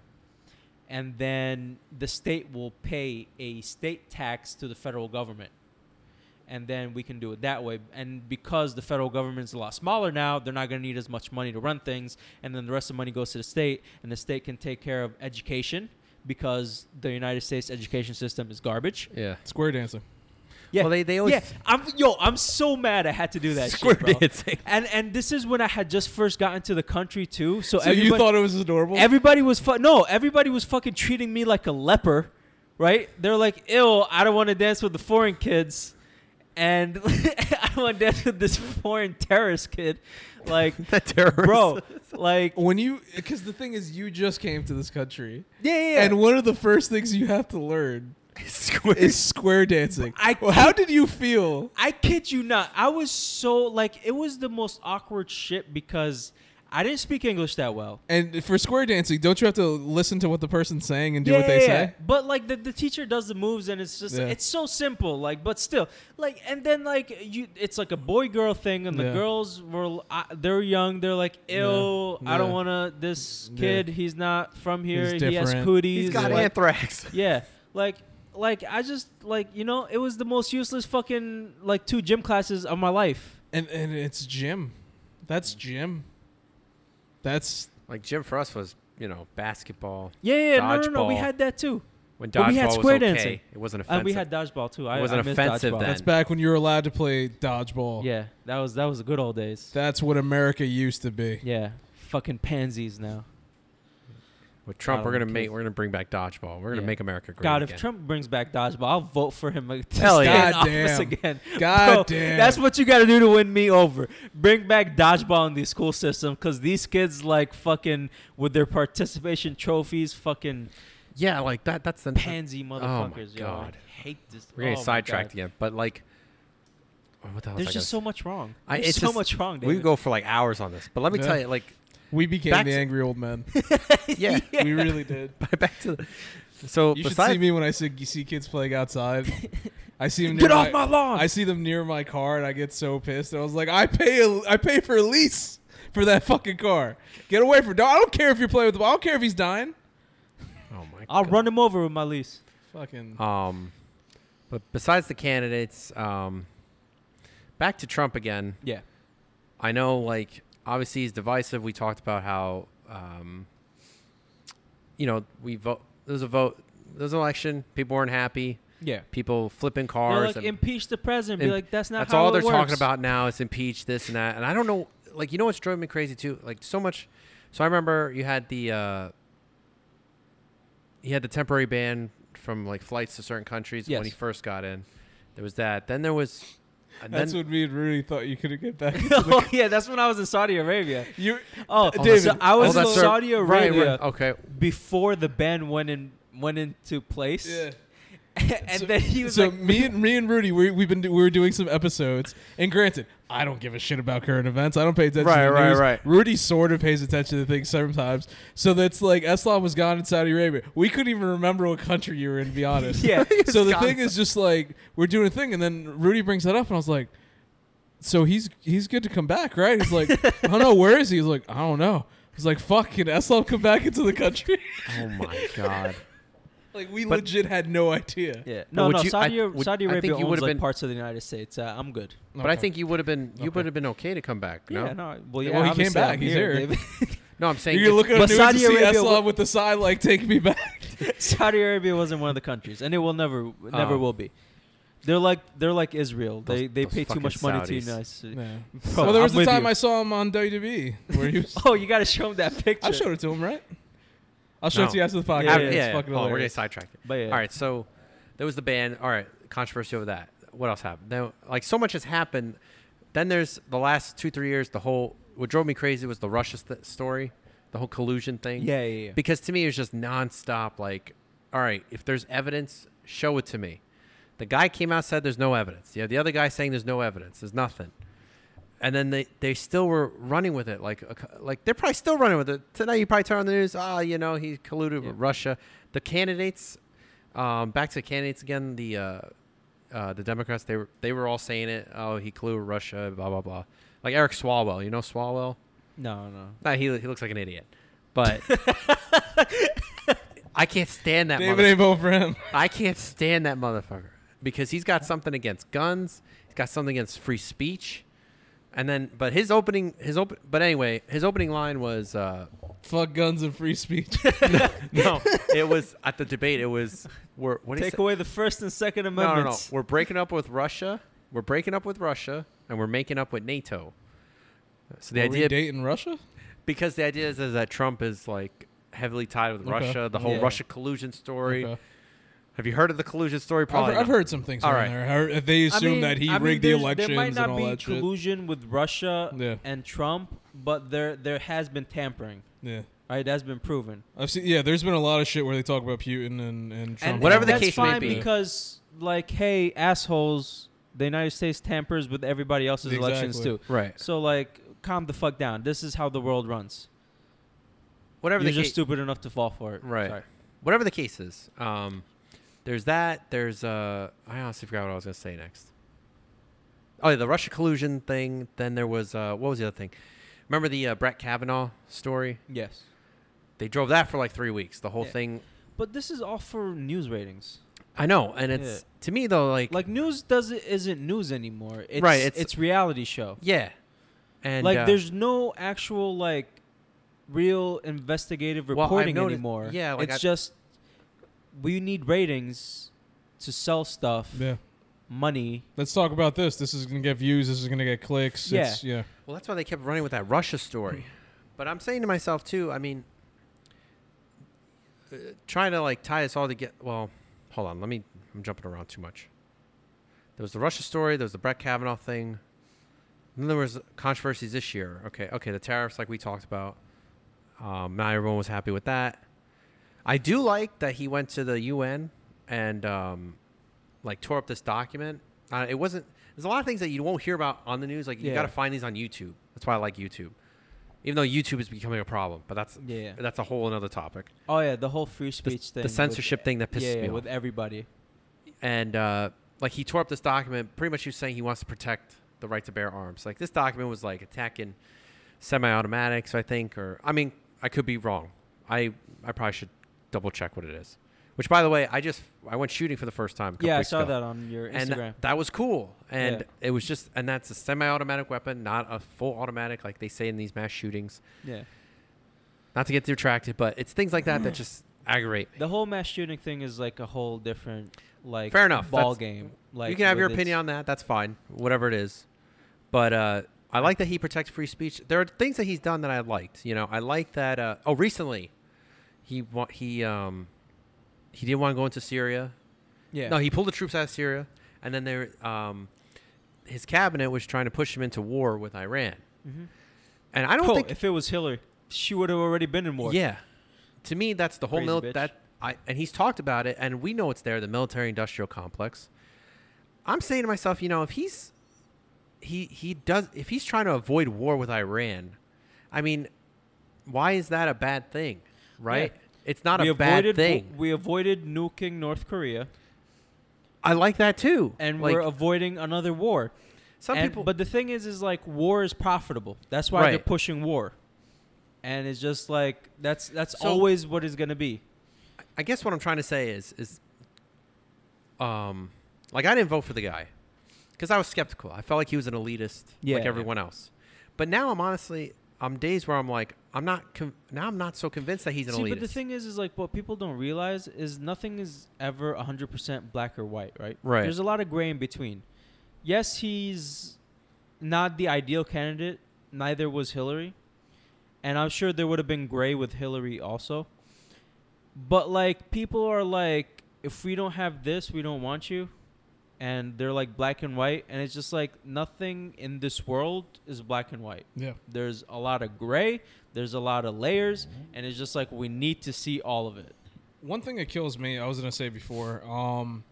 and then the state will pay a state tax to the federal government and then we can do it that way. And because the federal government's a lot smaller now, they're not going to need as much money to run things, and then the rest of the money goes to the state, and the state can take care of education because the United States education system is garbage. yeah. Square dancing. Yeah, Well, they- they always- yeah. I'm yo, I'm so mad I had to do that. Square shit, bro. dancing. And and this is when I had just first gotten to the country too, so, So you everybody- thought it was adorable? Everybody was fu- no, everybody was fucking treating me like a leper, right? They're like, "Ew, I don't want to dance with the foreign kids." And I want to dance with this foreign terrorist kid. Like, That terrorist. bro, like when you because the thing is, you just came to this country, yeah, yeah, yeah. and one of the first things you have to learn Squid. is square dancing. I Well, how did you feel? I kid you not. I was so like it was the most awkward shit because I didn't speak English that well. And for square dancing, don't you have to listen to what the person's saying and do what they say? But like the, the teacher does the moves and it's just Yeah. it's so simple. Like, but still, like, and then like you, it's like a boy girl thing, and the Yeah. girls were I, they're young. They're like, ill. I don't Yeah. want to. This Yeah. kid, he's not from here. He's he has different. cooties. He's got like, anthrax. Yeah, like. Like I just like you know it was the most useless fucking like two gym classes of my life. And and it's Jim. That's Jim. That's Like Jim for us was, you know, basketball. Yeah, yeah, no, no, no, we Dodgeball. had that too. When dodgeball But we had square was okay, dancing. it wasn't offensive. And we had dodgeball too. I It wasn't I missed offensive dodgeball. then. that's back when you were allowed to play dodgeball. Yeah, that was that was the good old days. That's what America used to be. Yeah, fucking pansies now. With Trump, Oh, we're gonna okay. make we're gonna bring back dodgeball. We're gonna Yeah. make America great. God, again. if Trump brings back dodgeball, I'll vote for him to Hell stay yeah. in office Goddamn. again. God Bro, damn. That's what you got to do to win me over. Bring back dodgeball in the school system because these kids like fucking with their participation trophies, fucking yeah, like that. That's the pansy motherfuckers. yo. Oh God. I hate this. We're getting oh my sidetracked God. again, but like, oh, what the hell? was There's I just so gonna much wrong. I- There's it's so just- much wrong. say? we David. could go for like hours on this, but let me Yeah. tell you, like, We became Back the to- angry old men. yeah, We really did. back to the, so You should see besides me when I see, you see kids playing outside. I see them Get near off my lawn. I see them near my car, and I get so pissed. I was like, I pay, a, I pay for a lease for that fucking car. Get away from! I don't care if you're playing with the ball. I don't care if he's dying. oh my, I'll God. run him over with my lease. Fucking Um, but besides the candidates, um, back to Trump again. Yeah. I know, like, obviously he's divisive. We talked about how, um, you know, we vote. There's a vote. There's an election. People weren't happy. Yeah. People flipping They're cars. like and- impeach the president. and Be like, that's not that's how all it they're talking works." about now. It's impeach this and that. And I don't know. Like, you know what's driving me crazy too? Like, so much. So I remember you had the. Uh, he had the temporary ban from like flights to certain countries Yes. when he first got in. There was that. Then there was. And That's then, what me and Rudy thought you could get back. oh yeah, that's when I was in Saudi Arabia. you Oh, David, so I was Oh, in that's- Saudi right, right. Oh. Arabia Okay. before the ban went in went into place, yeah. and So- then he was so like, me and me and Rudy, we, we've been do- we were doing some episodes, and granted, I don't give a shit about current events. I don't pay attention. Right, to the right, news. right. Rudy sort of pays attention to things sometimes. So that's like Eslam was gone in Saudi Arabia. We couldn't even remember what country you were in. To be honest, Yeah. so the gone. thing is just like we're doing a thing, and then Rudy brings that up, and I was like, "So he's he's good to come back, right?" He's like, "I don't know where is he." He's like, "I don't know." He's like, "Fuck, can Eslam come back into the country?" Oh my god. like we But- legit had no idea. yeah, no, would no, you- Saudi, I- would- Saudi I Arabia think you owns would've like been- parts of the United States. Uh, I'm good. But I Okay. think you would have been you Okay. would have been okay to come back. No. Yeah, no, well, yeah, Well, he came obviously back. I'm He's here, here. baby. No, I'm saying You're gonna if- look at But news Saudi and see Arabia Eslam will- with the sign like "Take me back." Saudi Arabia wasn't one of the countries, and it will never, never Oh. will be. They're like they're like Israel. they Those- they those pay too fucking much money to Saudis. United States. Bro, well, there I'm was the with time you. I saw him on WWE where he was. Oh, you got to show him that picture. I showed it to him, right? I'll show it No. to you after the podcast. Yeah, Yeah, yeah, It's yeah. fucking Oh, we're getting hilarious. sidetracked. But yeah. All right, so there was the ban. All right, controversy over that. What else happened? Now, like so much has happened. Then there's the last two three years. The whole what drove me crazy was the Russia st- story, the whole collusion thing. Yeah, yeah, yeah. Because to me, it was just nonstop. Like, all right, if there's evidence, show it to me. The guy came out said there's no evidence. Yeah, the other guy saying there's no evidence. There's nothing. And then they, they still were running with it like a co- like they're probably still running with it tonight. You probably turn on the news. Ah, you know he colluded Yeah. with Russia. The candidates, um, back to the candidates again. The uh, uh, the Democrats they were they were all saying it. Oh, he colluded with Russia. Blah blah blah. Like Eric Swalwell, you know Swalwell. No, no. Nah, he he looks like an idiot, but I can't stand that. David motherfucker. ain't voting for him. I can't stand that motherfucker because he's got something against guns. He's got something against free speech. And then, but his opening, his open, but anyway, his opening line was, uh, Fuck guns and free speech. no, it was at the debate. It was, we're, what do you Take say? away the First and Second No, no, no. Amendments. We're breaking up with Russia. We're breaking up with Russia and we're making up with NATO. So the Were we idea, dating Russia? because the idea is, is that Trump is like heavily tied with Okay. Russia, the whole Yeah. Russia collusion story. Okay. Have you heard of the collusion story? I've, Probably. I've not. heard some things. All All right. right. There. I- They assume that he rigged the there's- elections There might not and all be that shit. collusion with Russia Yeah. and Trump, but there there has been tampering. yeah, Right, that's been proven. I've seen. Yeah, there's been a lot of shit where they talk about Putin and and Trump. and Whatever and the that's case may fine be. because like, hey, assholes, the United States tampers with everybody else's elections Exactly. too. Right. So like, calm the fuck down. This is how the world runs. Whatever You're the just case, stupid enough to fall for it. Right. Sorry. whatever the case is, um, there's that. There's uh, I honestly forgot what I was gonna say next. Oh, yeah, the Russia collusion thing. Then there was uh, what was the other thing? Remember the uh, Brett Kavanaugh story? Yes. They drove that for like three weeks. The whole Yeah. thing. But this is all for news ratings. I know, and it's to me though, like, Like news doesn't isn't news anymore. It's, Right, It's, it's- reality show. yeah, and like uh, there's no actual like real investigative Well, I've reporting noticed- anymore. yeah, like it's I- just we need ratings to sell stuff, Yeah. money. Let's talk about this. This is gonna get views. This is gonna get clicks. Yeah. It's, yeah. Well, that's why they kept running with that Russia story. But I'm saying to myself too. I mean, uh, trying to like tie us all together. Well, hold on. Let me. I'm jumping around too much. There was the Russia story. There was the Brett Kavanaugh thing. Then there was controversies this year. Okay, okay, the tariffs like we talked about. Um, not everyone was happy with that. I do like that he went to the UN and um, like tore up this document. Uh, it wasn't. There's a lot of things that you won't hear about on the news. Like you Yeah. got to find these on YouTube. That's why I like YouTube, even though YouTube is becoming a problem. But that's Yeah. that's a whole another topic. Oh yeah, the whole free The, speech the thing. with- censorship thing that yeah, pisses me yeah, off with everybody. and uh, like he tore up this document. Pretty much, he was saying he wants to protect the right to bear arms. Like this document was like attacking semi-automatics, I think, or I mean, I could be wrong. I I probably should double check what it is. Which, by the way, I just I went shooting for the first time. a couple Yeah, I weeks saw ago. that on your and uh, Instagram. that, that was cool. And Yeah. it was just and that's a semi-automatic weapon, not a full automatic like they say in these mass shootings. yeah. Not to get detracted, but it's things like that that just aggravate. me. The whole mass shooting thing is like a whole different like Fair enough, ball that's- game. Like you can have your with opinion its- on that. That's fine, whatever it is. But uh, I like that he protects free speech. There are things that he's done that I liked. You know, I like that. Uh, oh, recently, he wa- he um he didn't want to go into Syria. yeah. No, he pulled the troops out of Syria, and then there um his cabinet was trying to push him into war with Iran. Mhm. And I don't Cool. think if it was Hillary, she would have already been in war. yeah. To me, that's the whole Crazy bitch. military. That I and he's talked about it, and we know it's there, the military-industrial complex. I'm saying to myself, you know, if he's he he does if he's trying to avoid war with Iran, I mean, why is that a bad thing, right? Yeah. It's not we a bad avoided, thing. We avoided nuking North Korea, I like that too. and like, we're avoiding another war. some And- people, but the thing is, is like war is profitable. That's why they're Right. pushing war, and it's just like that's that's So- always what it's gonna be. I guess what I'm trying to say is is um like I didn't vote for the guy because I was skeptical. I felt like he was an elitist Yeah, like yeah. everyone else. But now I'm honestly I'm days where I'm like I'm not com- now I'm not so convinced that he's an See, elitist. but the thing is, is like what people don't realize is nothing is ever 100% black or white, right? Right. There's a lot of gray in between. Yes, he's not the ideal candidate. Neither was Hillary. And I'm sure there would have been gray with Hillary also. But like people are like, if we don't have this, we don't want you. And they're like black and white. And it's just like nothing in this world is black and white Yeah. there's a lot of gray there's a lot of layers and it's just like we need to see all of it One thing that kills me, I was gonna say before, um,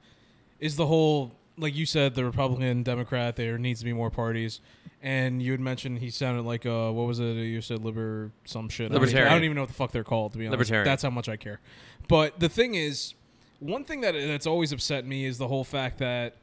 is the whole like you said, the Republican, Democrat, there needs to be more parties. And you had mentioned he sounded like uh what was it you said liber some shit. I don't even- I Libertarian. don't even know what the fuck they're called to be honest. Libertarian. That's how much I care. But the thing is, one thing that that's always upset me is the whole fact that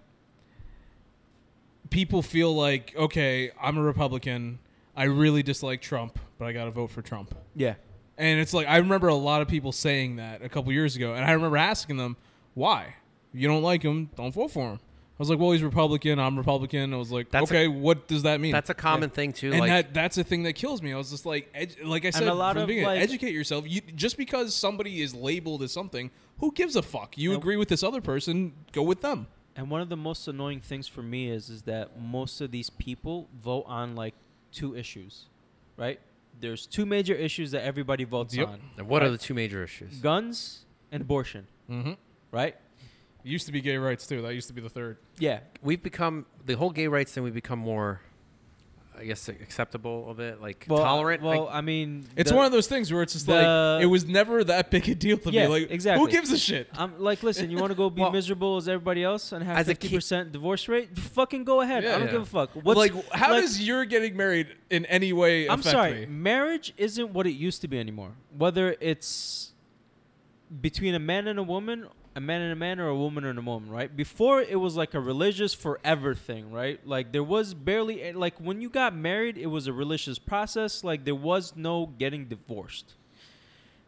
people feel like, okay, I'm a Republican, I really dislike Trump, but I gotta vote for Trump. yeah And it's like I remember a lot of people saying that a couple years ago, and I remember asking them why If you don't like him, don't vote for him. I was like, well, he's Republican. I'm Republican. I was like, That's a- okay, what does that mean? that's a common thing too. and like that that's a thing that kills me. I was just like, edu- like I said, a lot from the of, beginning, like- educate yourself. You, just because somebody is labeled as something, who gives a fuck? You And- agree with this other person, go with them. and one of the most annoying things for me is is that most of these people vote on like two issues right there's two major issues that everybody votes Yep. on and what are right? the two major issues? guns and abortion Mm-hmm. right Used to be gay rights too. That used to be the third. yeah We've become the whole gay rights thing. We've become more I guess acceptable of it, like Well, tolerant. Well, like, I mean, It's the- one of those things where it's just the- like it was never that big a deal to Yeah, me. Like, exactly. Uh, who gives a shit? I'm like, listen, you want to go be Well, miserable as everybody else and have as a kid- fifty percent divorce rate? Fucking go ahead. I Yeah. don't Yeah. give a fuck. What's like, how like- does your getting married in any way I'm affect sorry, me? marriage isn't what it used to be anymore. Whether it's between a man and a woman, a man and a man, or a woman and a woman, right? Before it was like a religious forever thing, right? Like there was barely eh, like when you got married, it was a religious process. Like there was no getting divorced.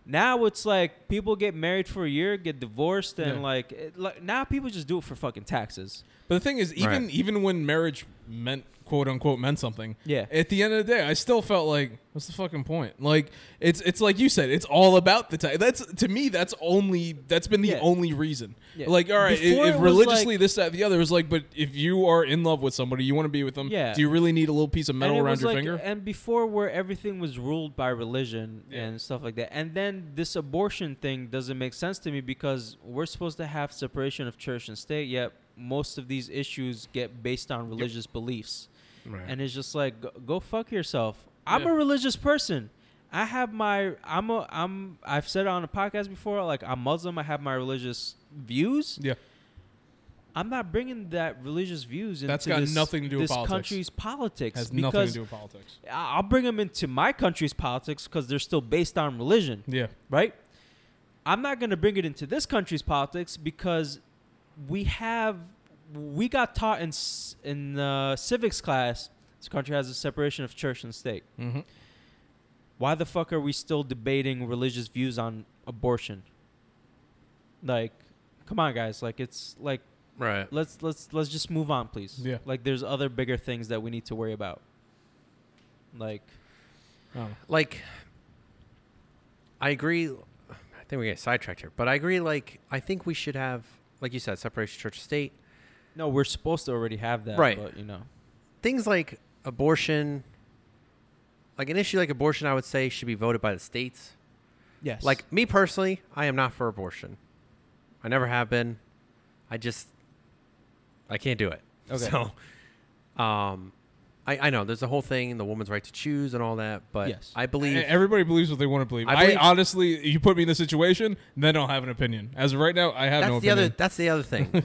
Now it's like people get married for a year, get divorced, and Yeah. like, it, like now people just do it for fucking taxes. But the thing is, even Right. even when marriage meant quote unquote meant something, Yeah. At the end of the day, I still felt like, what's the fucking point? Like, it's it's like you said, it's all about the time. That's to me, that's only that's been the Yeah. only reason. Yeah. Like, all right, i- Before it if was religiously like- this that the other it was like, but if you are in love with somebody, you want to be with them. Yeah. Do you really need a little piece of metal and it around was your like, uh, eh, finger? And before, where everything was ruled by religion Yeah. and stuff like that. And then this abortion thing doesn't make sense to me because we're supposed to have separation of church and state, yet most of these issues get based on religious beliefs. Right. And it's just like, go, go fuck yourself. I'm Yeah. a religious person. I have my I'm a I'm I've said it on a podcast before like I'm Muslim I have my religious views Yeah. I'm not bringing that religious views into That's got this, nothing to do with this politics. country's politics Has because nothing to do with politics. I- I'll bring them into my country's politics because they're still based on religion, Yeah. right? I'm not going to bring it into this country's politics because we have we got taught in s- in uh, civics class. This country has a separation of church and state. Mm-hmm. Why the fuck are we still debating religious views on abortion? Like, come on, guys! Like, it's like right. let's let's let's just move on, please. Yeah. Like, there's other bigger things that we need to worry about. Like, Oh. like I agree. I think we get sidetracked here, but I agree. Like I think we should have, like you said, separation of church and state. No, we're supposed to already have that, Right. But you know, Things like abortion, like an issue like abortion, I would say should be voted by the states. yes, Like me personally, I am not for abortion. I never have been. I just I can't do it. Okay. So um I, I know there's the whole thing, the woman's right to choose and all that, but Yes. I believe Everybody believes what they want to believe. I I, believe- honestly, you put me in this situation, then I don't have an opinion. As of right now, I have that's no the opinion. other that's the other thing.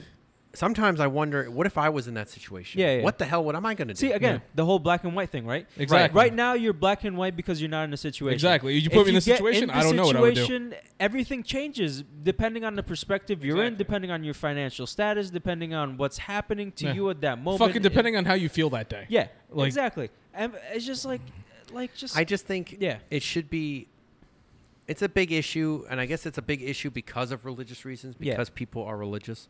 Sometimes I wonder, what if I was in that situation? Yeah, yeah. What the hell? What am I going to do? see again Yeah. the whole black and white thing, right? Exactly. Right now, you're black and white because you're not in a situation. Exactly. You If put me in this get situation, the I don't know what I would do. situation, Everything changes depending on the perspective you're in, Exactly. depending on your financial status, depending on what's happening to Yeah. you at that moment. Fucking depending on how you feel that day. yeah, Like- exactly. And it's just like, like just I just think Yeah. it should be. It's a big issue, and I guess it's a big issue because of religious reasons, Yeah. because people are religious.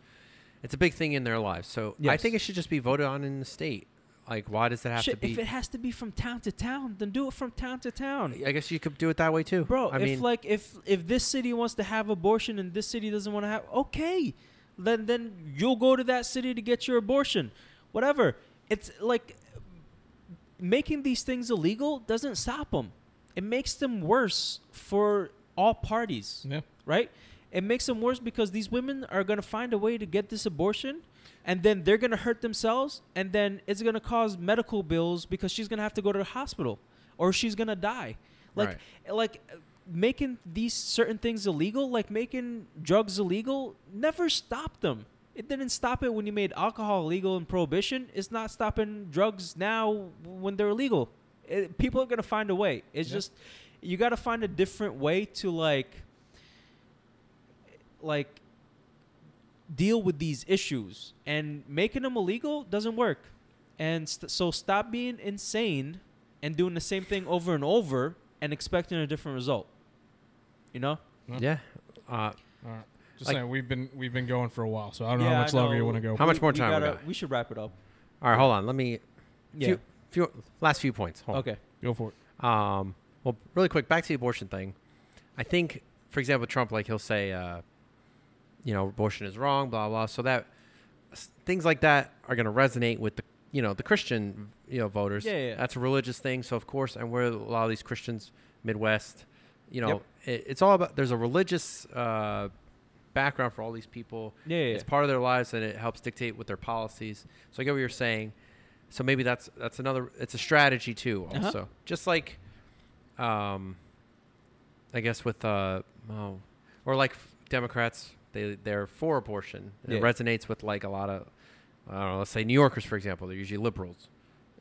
It's a big thing in their lives, so I Yes. think it should just be voted on in the state. Like, why does it have shit. to If be? it has to be from town to town, then do it from town to town. I guess you could do it that way too, bro I if mean, like if if this city wants to have abortion and this city doesn't want to have okay then then you'll go to that city to get your abortion whatever it's like making these things illegal doesn't stop them it makes them worse for all parties Yeah. right it makes them worse because these women are going to find a way to get this abortion and then they're going to hurt themselves and then it's going to cause medical bills because she's going to have to go to the hospital or she's going to die like Right. like uh, making these certain things illegal, like making drugs illegal, never stopped them. It didn't stop it when you made alcohol illegal in prohibition. It's not stopping drugs now when they're illegal. It, people are gonna find a way. It's Yeah. just you got to find a different way to like like deal with these issues and making them illegal doesn't work and st- so stop being insane and doing the same thing over and over and expecting a different result you know yeah. Uh, All right. Just Like- saying, we've been we've been going for a while, so I don't know Yeah, how I much longer you know. want to go. How much more time we gotta, got? we should wrap it up all right, hold on. Let me. yeah Few, few, last few points. Hold on. okay Go for it. Um, well, really quick, back to the abortion thing. I think, for example, Trump, like he'll say, uh, you know, abortion is wrong, blah blah. So that s- things like that are going to resonate with the you know the Christian you know voters. Yeah, yeah, yeah. That's a religious thing, so of course, and we're a lot of these Christians, Midwest, you know, Yep. it, it's all about. There's a religious uh, background for all these people. yeah yeah, yeah. It's part of their lives, and it helps dictate with their policies. So I get what you're saying. So maybe that's that's another. It's a strategy too. Uh-huh. Also, just like, um, I guess with uh, oh, or like Democrats, they they're for abortion. And It Yeah. resonates with like a lot of, I don't know. Let's say New Yorkers, for example, they're usually liberals,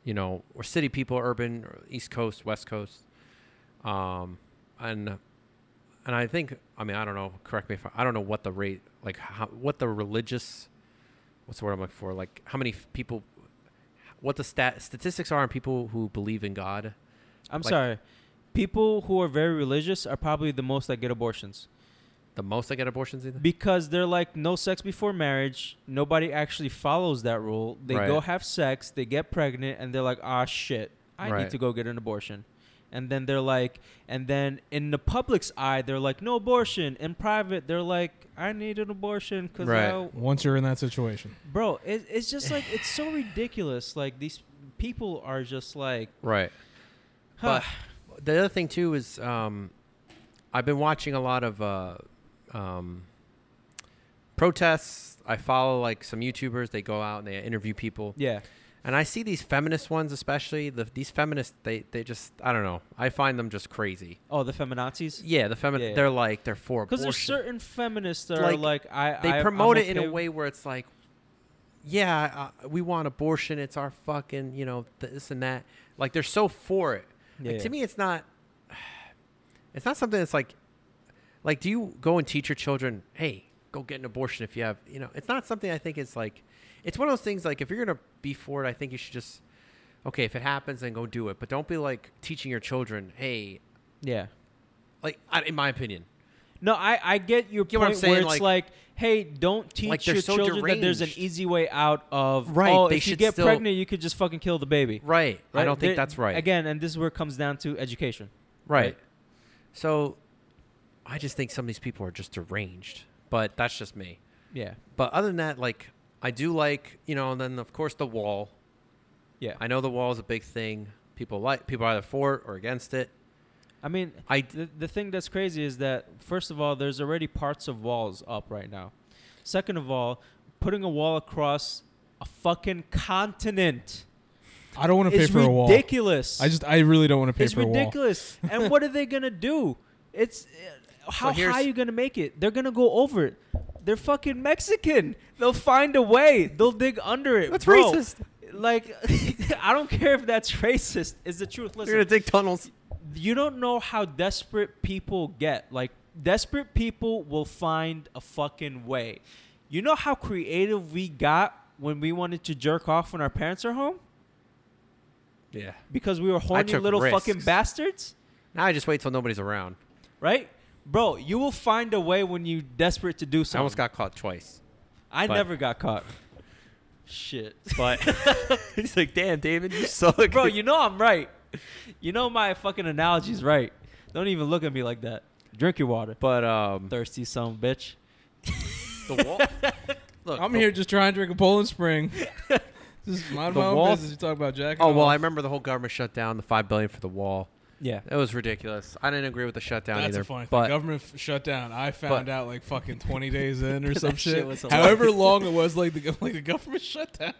you know, or city people, urban, or East Coast, West Coast, um, and and I think I mean I don't know. Correct me if I, I don't know what the rate like how, what the religious what's the word I'm looking for like how many f- people what the stat statistics are on people who believe in God. I'm Like- sorry. People who are very religious are probably the most that get abortions The most I get abortions either. because they're like no sex before marriage. Nobody actually follows that rule. They go Right. have sex, they get pregnant, and they're like, ah, shit, I need Right. to go get an abortion. And then they're like, and then in the public's eye, they're like, no abortion. In private, they're like, I need an abortion because Right. I Once you're in that situation, Bro, it, it's just like it's so ridiculous. Like these people are just like, Right. huh. But the other thing too is um, I've been watching a lot of uh, um, protests. I follow like some YouTubers. They go out and they interview people. yeah, And I see these feminist ones, especially the, these feminists. They they just I don't know. I find them just crazy. oh the feminazis. Yeah, the feminist. Yeah. They're like they're for Because abortion. there's certain feminists that are Like, like, I they I, promote I'm it in okay- a way where it's like, yeah, uh, we want abortion. It's our fucking you know th- this and that. Like they're so for it. Yeah, Like, yeah. To me, it's not. It's not something that's like, like do you go and teach your children, hey, go get an abortion if you have, you know? It's not something I think it's like. It's one of those things like if you're gonna be for it, I think you should just, okay, if it happens, then go do it. But don't be like teaching your children, hey, Yeah. like I, in my opinion, No, I, I get your Get what I'm point where saying? it's like, Like- hey, don't teach Like, they're your so children that there's an deranged. easy way out of. Right, Oh, they if you should get still- pregnant, you could just fucking kill the baby. right? I Right? don't think They- that's right. Again, and this is where it comes down to education. Right. So I just think some of these people are just deranged, but that's just me. Yeah. But other than that, like, I do like, you know, and then of course the wall. Yeah. I, I know the wall is a big thing. People like, people are either for it or against it. mean, I, the, the thing that's crazy is that first of all there's already parts of walls up right now second of all putting a wall across a fucking continent I don't want to pay is for a wall. I ridiculous just I really don't want to pay it's for a wall. ridiculous and what are they gonna do it's uh, how here's- high are you gonna make it they're gonna go over it they're fucking mexican they'll find a way they'll dig under it That's Bro, racist. like i don't care if that's racist it's the truth listen they're going to dig tunnels. you don't know how desperate people get. Like desperate people will find a fucking way. You know how creative we got when we wanted to jerk off when our parents are home Yeah. because we were horny took little risks. fucking bastards, Now I just wait till nobody's around. right? Bro, you will find a way when you desperate to do something. I almost got caught twice. I but- never got caught. Shit, But he's like, damn, David, you suck. bro, you know I'm right. You know my fucking analogy's right. Don't even look at me like that. Drink your water, but, um, thirsty son of a bitch. the wall. Look, I'm the- here just trying to drink a Poland Spring. just mind The my own wall- business. You talk about Jack. Oh, well, I remember the whole government shut down, the $5 billion for the wall. Yeah. It was ridiculous. I didn't agree with the shutdown That's either. a funny but thing. Government f- shut down. I found but- out like fucking 20 days in or some That shit shit. was hilarious. However long it was, like the go- like the government shut down.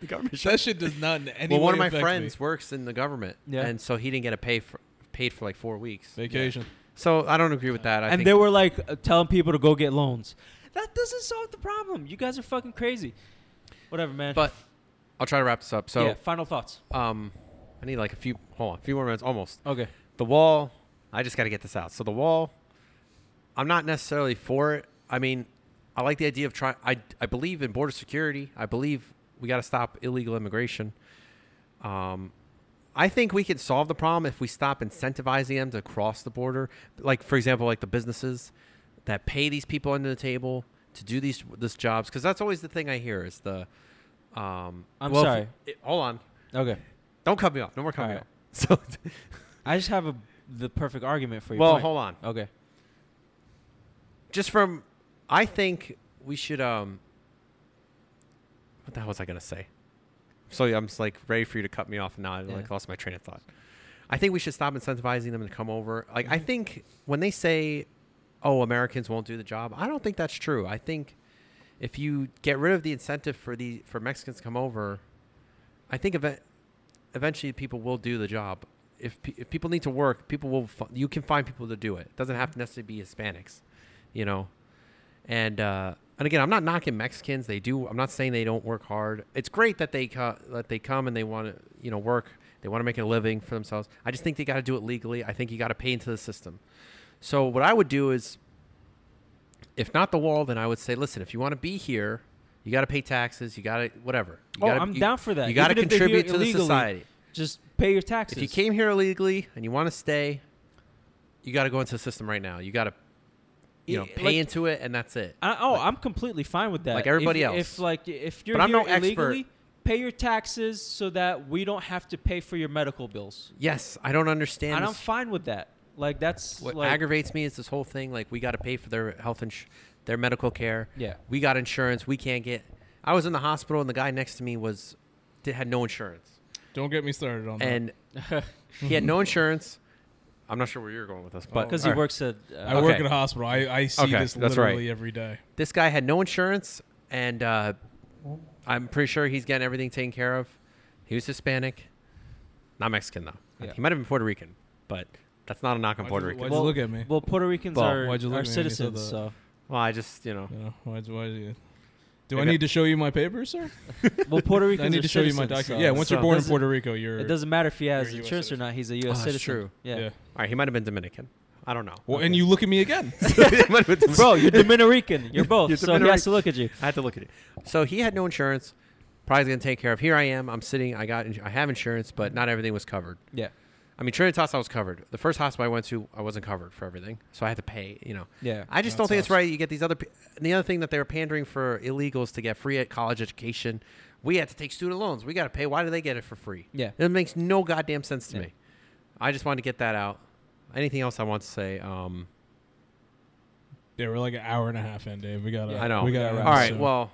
the government that shit does not in any Well, way one of my affect me. friends works in the government, Yeah. and so he didn't get a pay for paid for like four weeks. vacation. So I don't agree with that. I and think they were like uh, telling people to go get loans. That doesn't solve the problem. You guys are fucking crazy. Whatever, man. but I'll try to wrap this up. So, yeah, final thoughts. um, I need like a few. Hold on, a few more minutes, almost. Okay. The wall. I just got to get this out. So the wall. I'm not necessarily for it. I mean, I like the idea of trying. I I believe in border security. I believe we got to stop illegal immigration. Um, I think we can solve the problem if we stop incentivizing them to cross the border. Like for example, like the businesses that pay these people under the table to do these this jobs because that's always the thing I hear is the. Um, I'm if sorry. you- it- hold on. Okay. Don't cut me off. No more cutting me All off. So, I just have a the perfect argument for you. well, hold on. Okay. just from I think we should um what the hell was I gonna say? So I'm just like ready for you to cut me off and now I like Yeah. lost my train of thought. I think we should stop incentivizing them to come over. Like I think when they say, Oh, Americans won't do the job, I don't think that's true. I think if you get rid of the incentive for the for Mexicans to come over, I I think event, eventually people will do the job. If, pe- if people need to work, people will. F- you can find people to do it. It doesn't have to necessarily be Hispanics, you know. And uh, and again, I'm not knocking Mexicans. They do. I'm not saying they don't work hard. It's great that they co- that they come and they want to you know work. They want to make a living for themselves. I just think they got to do it legally. I think you got to pay into the system. So what I would do is, if not the wall, then I would say, listen, if you want to be here, you got to pay taxes. You got to whatever. You Oh, gotta- I'm you- down for that. You got to Even if they're here contribute to the illegally, society. Just pay your taxes. If you came here illegally and you want to stay, you got to go into the system right now. You got to, you know, Yeah, pay like- into it, and that's it. I, oh, I'm completely fine with that. like everybody if, else. If like if you're But I'm here no expert. illegally, pay your taxes so that we don't have to pay for your medical bills. yes, I don't understand. and I'm this- fine with that. Like that's what like aggravates me is this whole thing. Like we got to pay for their health ins, their medical care. Yeah. we got insurance. We can't get. I was in the hospital, and the guy next to me was did, had no insurance, Don't get me started on and he had no insurance. I'm not sure where you're going with this, but because all he right. works at. Uh, that. I work okay. at a hospital. I, I see Okay, this that's right. literally every day. this guy had no insurance, and uh, I'm pretty sure he's getting everything taken care of. He was Hispanic, not Mexican though. Yeah. He might have been Puerto Rican, but that's not a knock on Why'd Puerto you- Rican. why'd Well, you look at me? Well, Puerto Ricans Well, are, why'd you look are at me when you said citizens, so that? I just, you know, You know, why, why do you? Do I I, got- need to show you my papers, sir? well, Puerto I Ricans need are to show you my citizens, document. so- Yeah, once so- you're born in doesn't- Puerto Rico, you're. it doesn't matter if he has You're a US insurance or not. He's a U.S. Oh, that's citizen. Ah, true. Yeah. all right, he might have been Dominican. I don't know. Well, and you look at me again. He might have been Dominican. Bro, you're Dominican. You're both. You're so he has to look at you. I had to look at it. So he had no insurance. Probably gonna take care of. Here I am. I'm sitting. I got. ins- I have insurance, but not everything was covered. Yeah. I mean, Trinitas, I was covered. The first hospital I went to, I wasn't covered for everything, so I had to pay. You know. Yeah. I just That don't think it's sucks. right. You get these other. pe- and The other thing that they were pandering for illegals to get free at college education. We had to take student loans. We got to pay. Why do they get it for free? Yeah. It makes no goddamn sense to Yeah. me. I just wanted to get that out. Anything else I want to say? Um, yeah, we're like an hour and a half in, Dave. We got. I know. We got. Yeah, All wrap right. Soon. Well,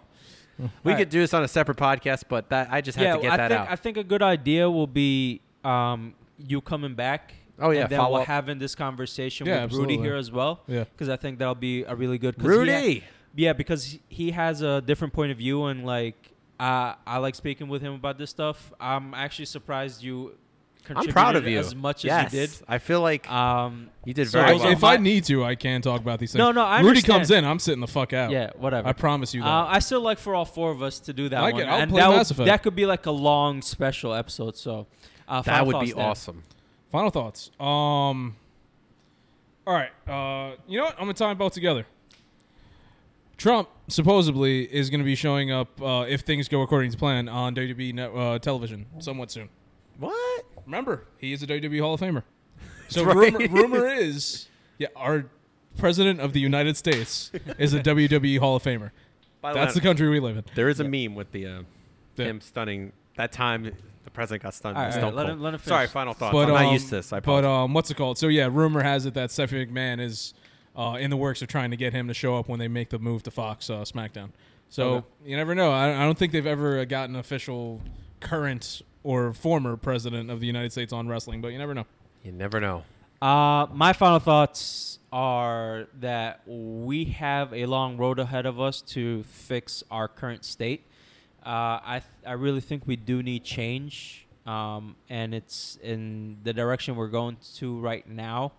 we All right. could do this on a separate podcast, but that I just had yeah, to get I that think out. I think a good idea will be um, you coming back. Oh, yeah, and then follow we're up. having this conversation Yeah, with Rudy absolutely. here as well. Yeah. because I think that'll be a really good 'cause he Rudy. ha- yeah, because he- he has a different point of view and like I I like speaking with him about this stuff. I'm actually surprised you. I'm Contributed proud of you. as much yes. as you I feel like did. Um, you did so very those If- well. are if my- I need to, I can talk about these things. No, no, I Rudy understand. comes in, I'm sitting the fuck out. yeah, whatever. I promise you that. Uh, I still like for all four of us to do that I one, get- I'll and play that, Mass would, Effect. that could be like a long special episode. So uh, that final would be thoughts, Dan. awesome. Final thoughts. Um. All right. Uh, you know what? I'm gonna tie them both together. Trump supposedly is going to be showing up uh, if things go according to plan on WWE net, uh, television somewhat soon. What? Remember, he is a WWE Hall of Famer. So That's rumor, right. rumor is, yeah, our president of the United States is a WWE Hall of Famer. By That's the way, country we live in. there is a meme with the, uh, Yeah. him stunning that time the president got stunned. All by right, Stone let Cold. him- let him Sorry, finish. final thoughts. But I'm not um, used to this. I but uh, apologize. um, what's it called? So yeah, rumor has it that Stephanie McMahon is uh, in the works of trying to get him to show up when they make the move to Fox uh, SmackDown. So Okay. you never know. I, I don't think they've ever gotten an official current or former president of the United States on wrestling, but you never know. you never know. Uh, my final thoughts are that we have a long road ahead of us to fix our current state. Uh, I th- I really think we do need change, um, and it's in the direction we're going to right now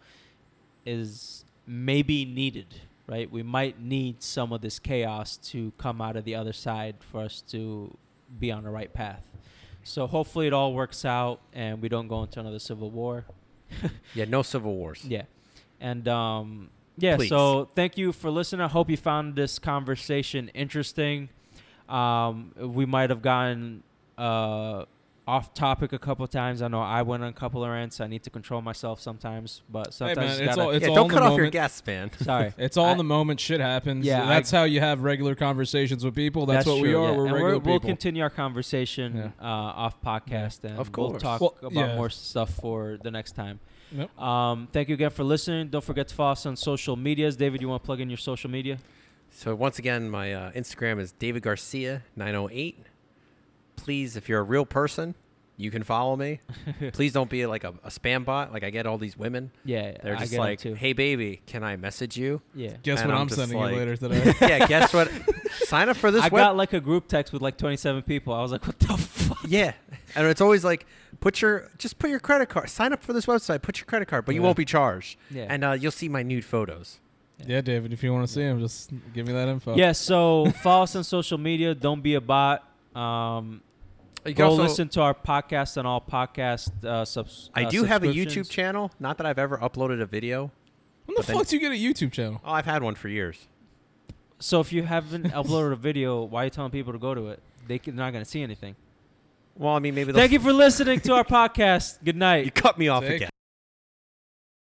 is maybe needed. Right, we might need some of this chaos to come out of the other side for us to be on the right path. So hopefully it all works out and we don't go into another civil war. Yeah, no civil wars. Yeah. And um yeah, Please. so thank you for listening. I hope you found this conversation interesting. Um we might have gotten uh off topic a couple times. I know I went on a couple of rants. I need to control myself sometimes, but sometimes man, you it's gotta- all- it's yeah, all don't in cut the off your moment. guests, man. sorry. It's all I- in the moment. Shit happens. Yeah, that's how you have regular conversations with people. That's, what we true, are. yeah. We're And regular We'll people. continue our conversation Yeah. uh, off podcast, and Of we'll course. talk Well, about yeah. more stuff for the next time. Yep. Um, thank you again for listening. Don't forget to follow us on social medias. David, you want to plug in your social media? So once again, my uh, Instagram is David Garcia nine oh eight. Please, if you're a real person, you can follow me. Please don't be like a, a spam bot. Like I get all these women. Yeah, They're I just get 'em like, too. "Hey, baby, can I message you?" yeah. Guess And what I'm I'm, just sending like- you later today. yeah, guess what? Sign up for this I web. got like a group text with like 27 people. I was like, what the fuck? yeah, And it's always like, put your just put your credit card. Sign up for this website. Put your credit card, but you Yeah. won't be charged. Yeah. And uh, you'll see my nude photos. Yeah, David, if you want to see him, just give me that info. Yeah, so follow us on social media. Don't be a bot. Um, You can go also- listen to our podcast on all podcast uh, subs. I uh, do have a subscriptions. YouTube channel. Not that I've ever uploaded a video. When the But then- fuck do you get a YouTube channel? Oh, I've had one for years. So if you haven't uploaded a video, why are you telling people to go to it? They can, they're not going to see anything. Well, I mean, maybe they'll Thank you for listening to our podcast. Good night. You cut me off Take again.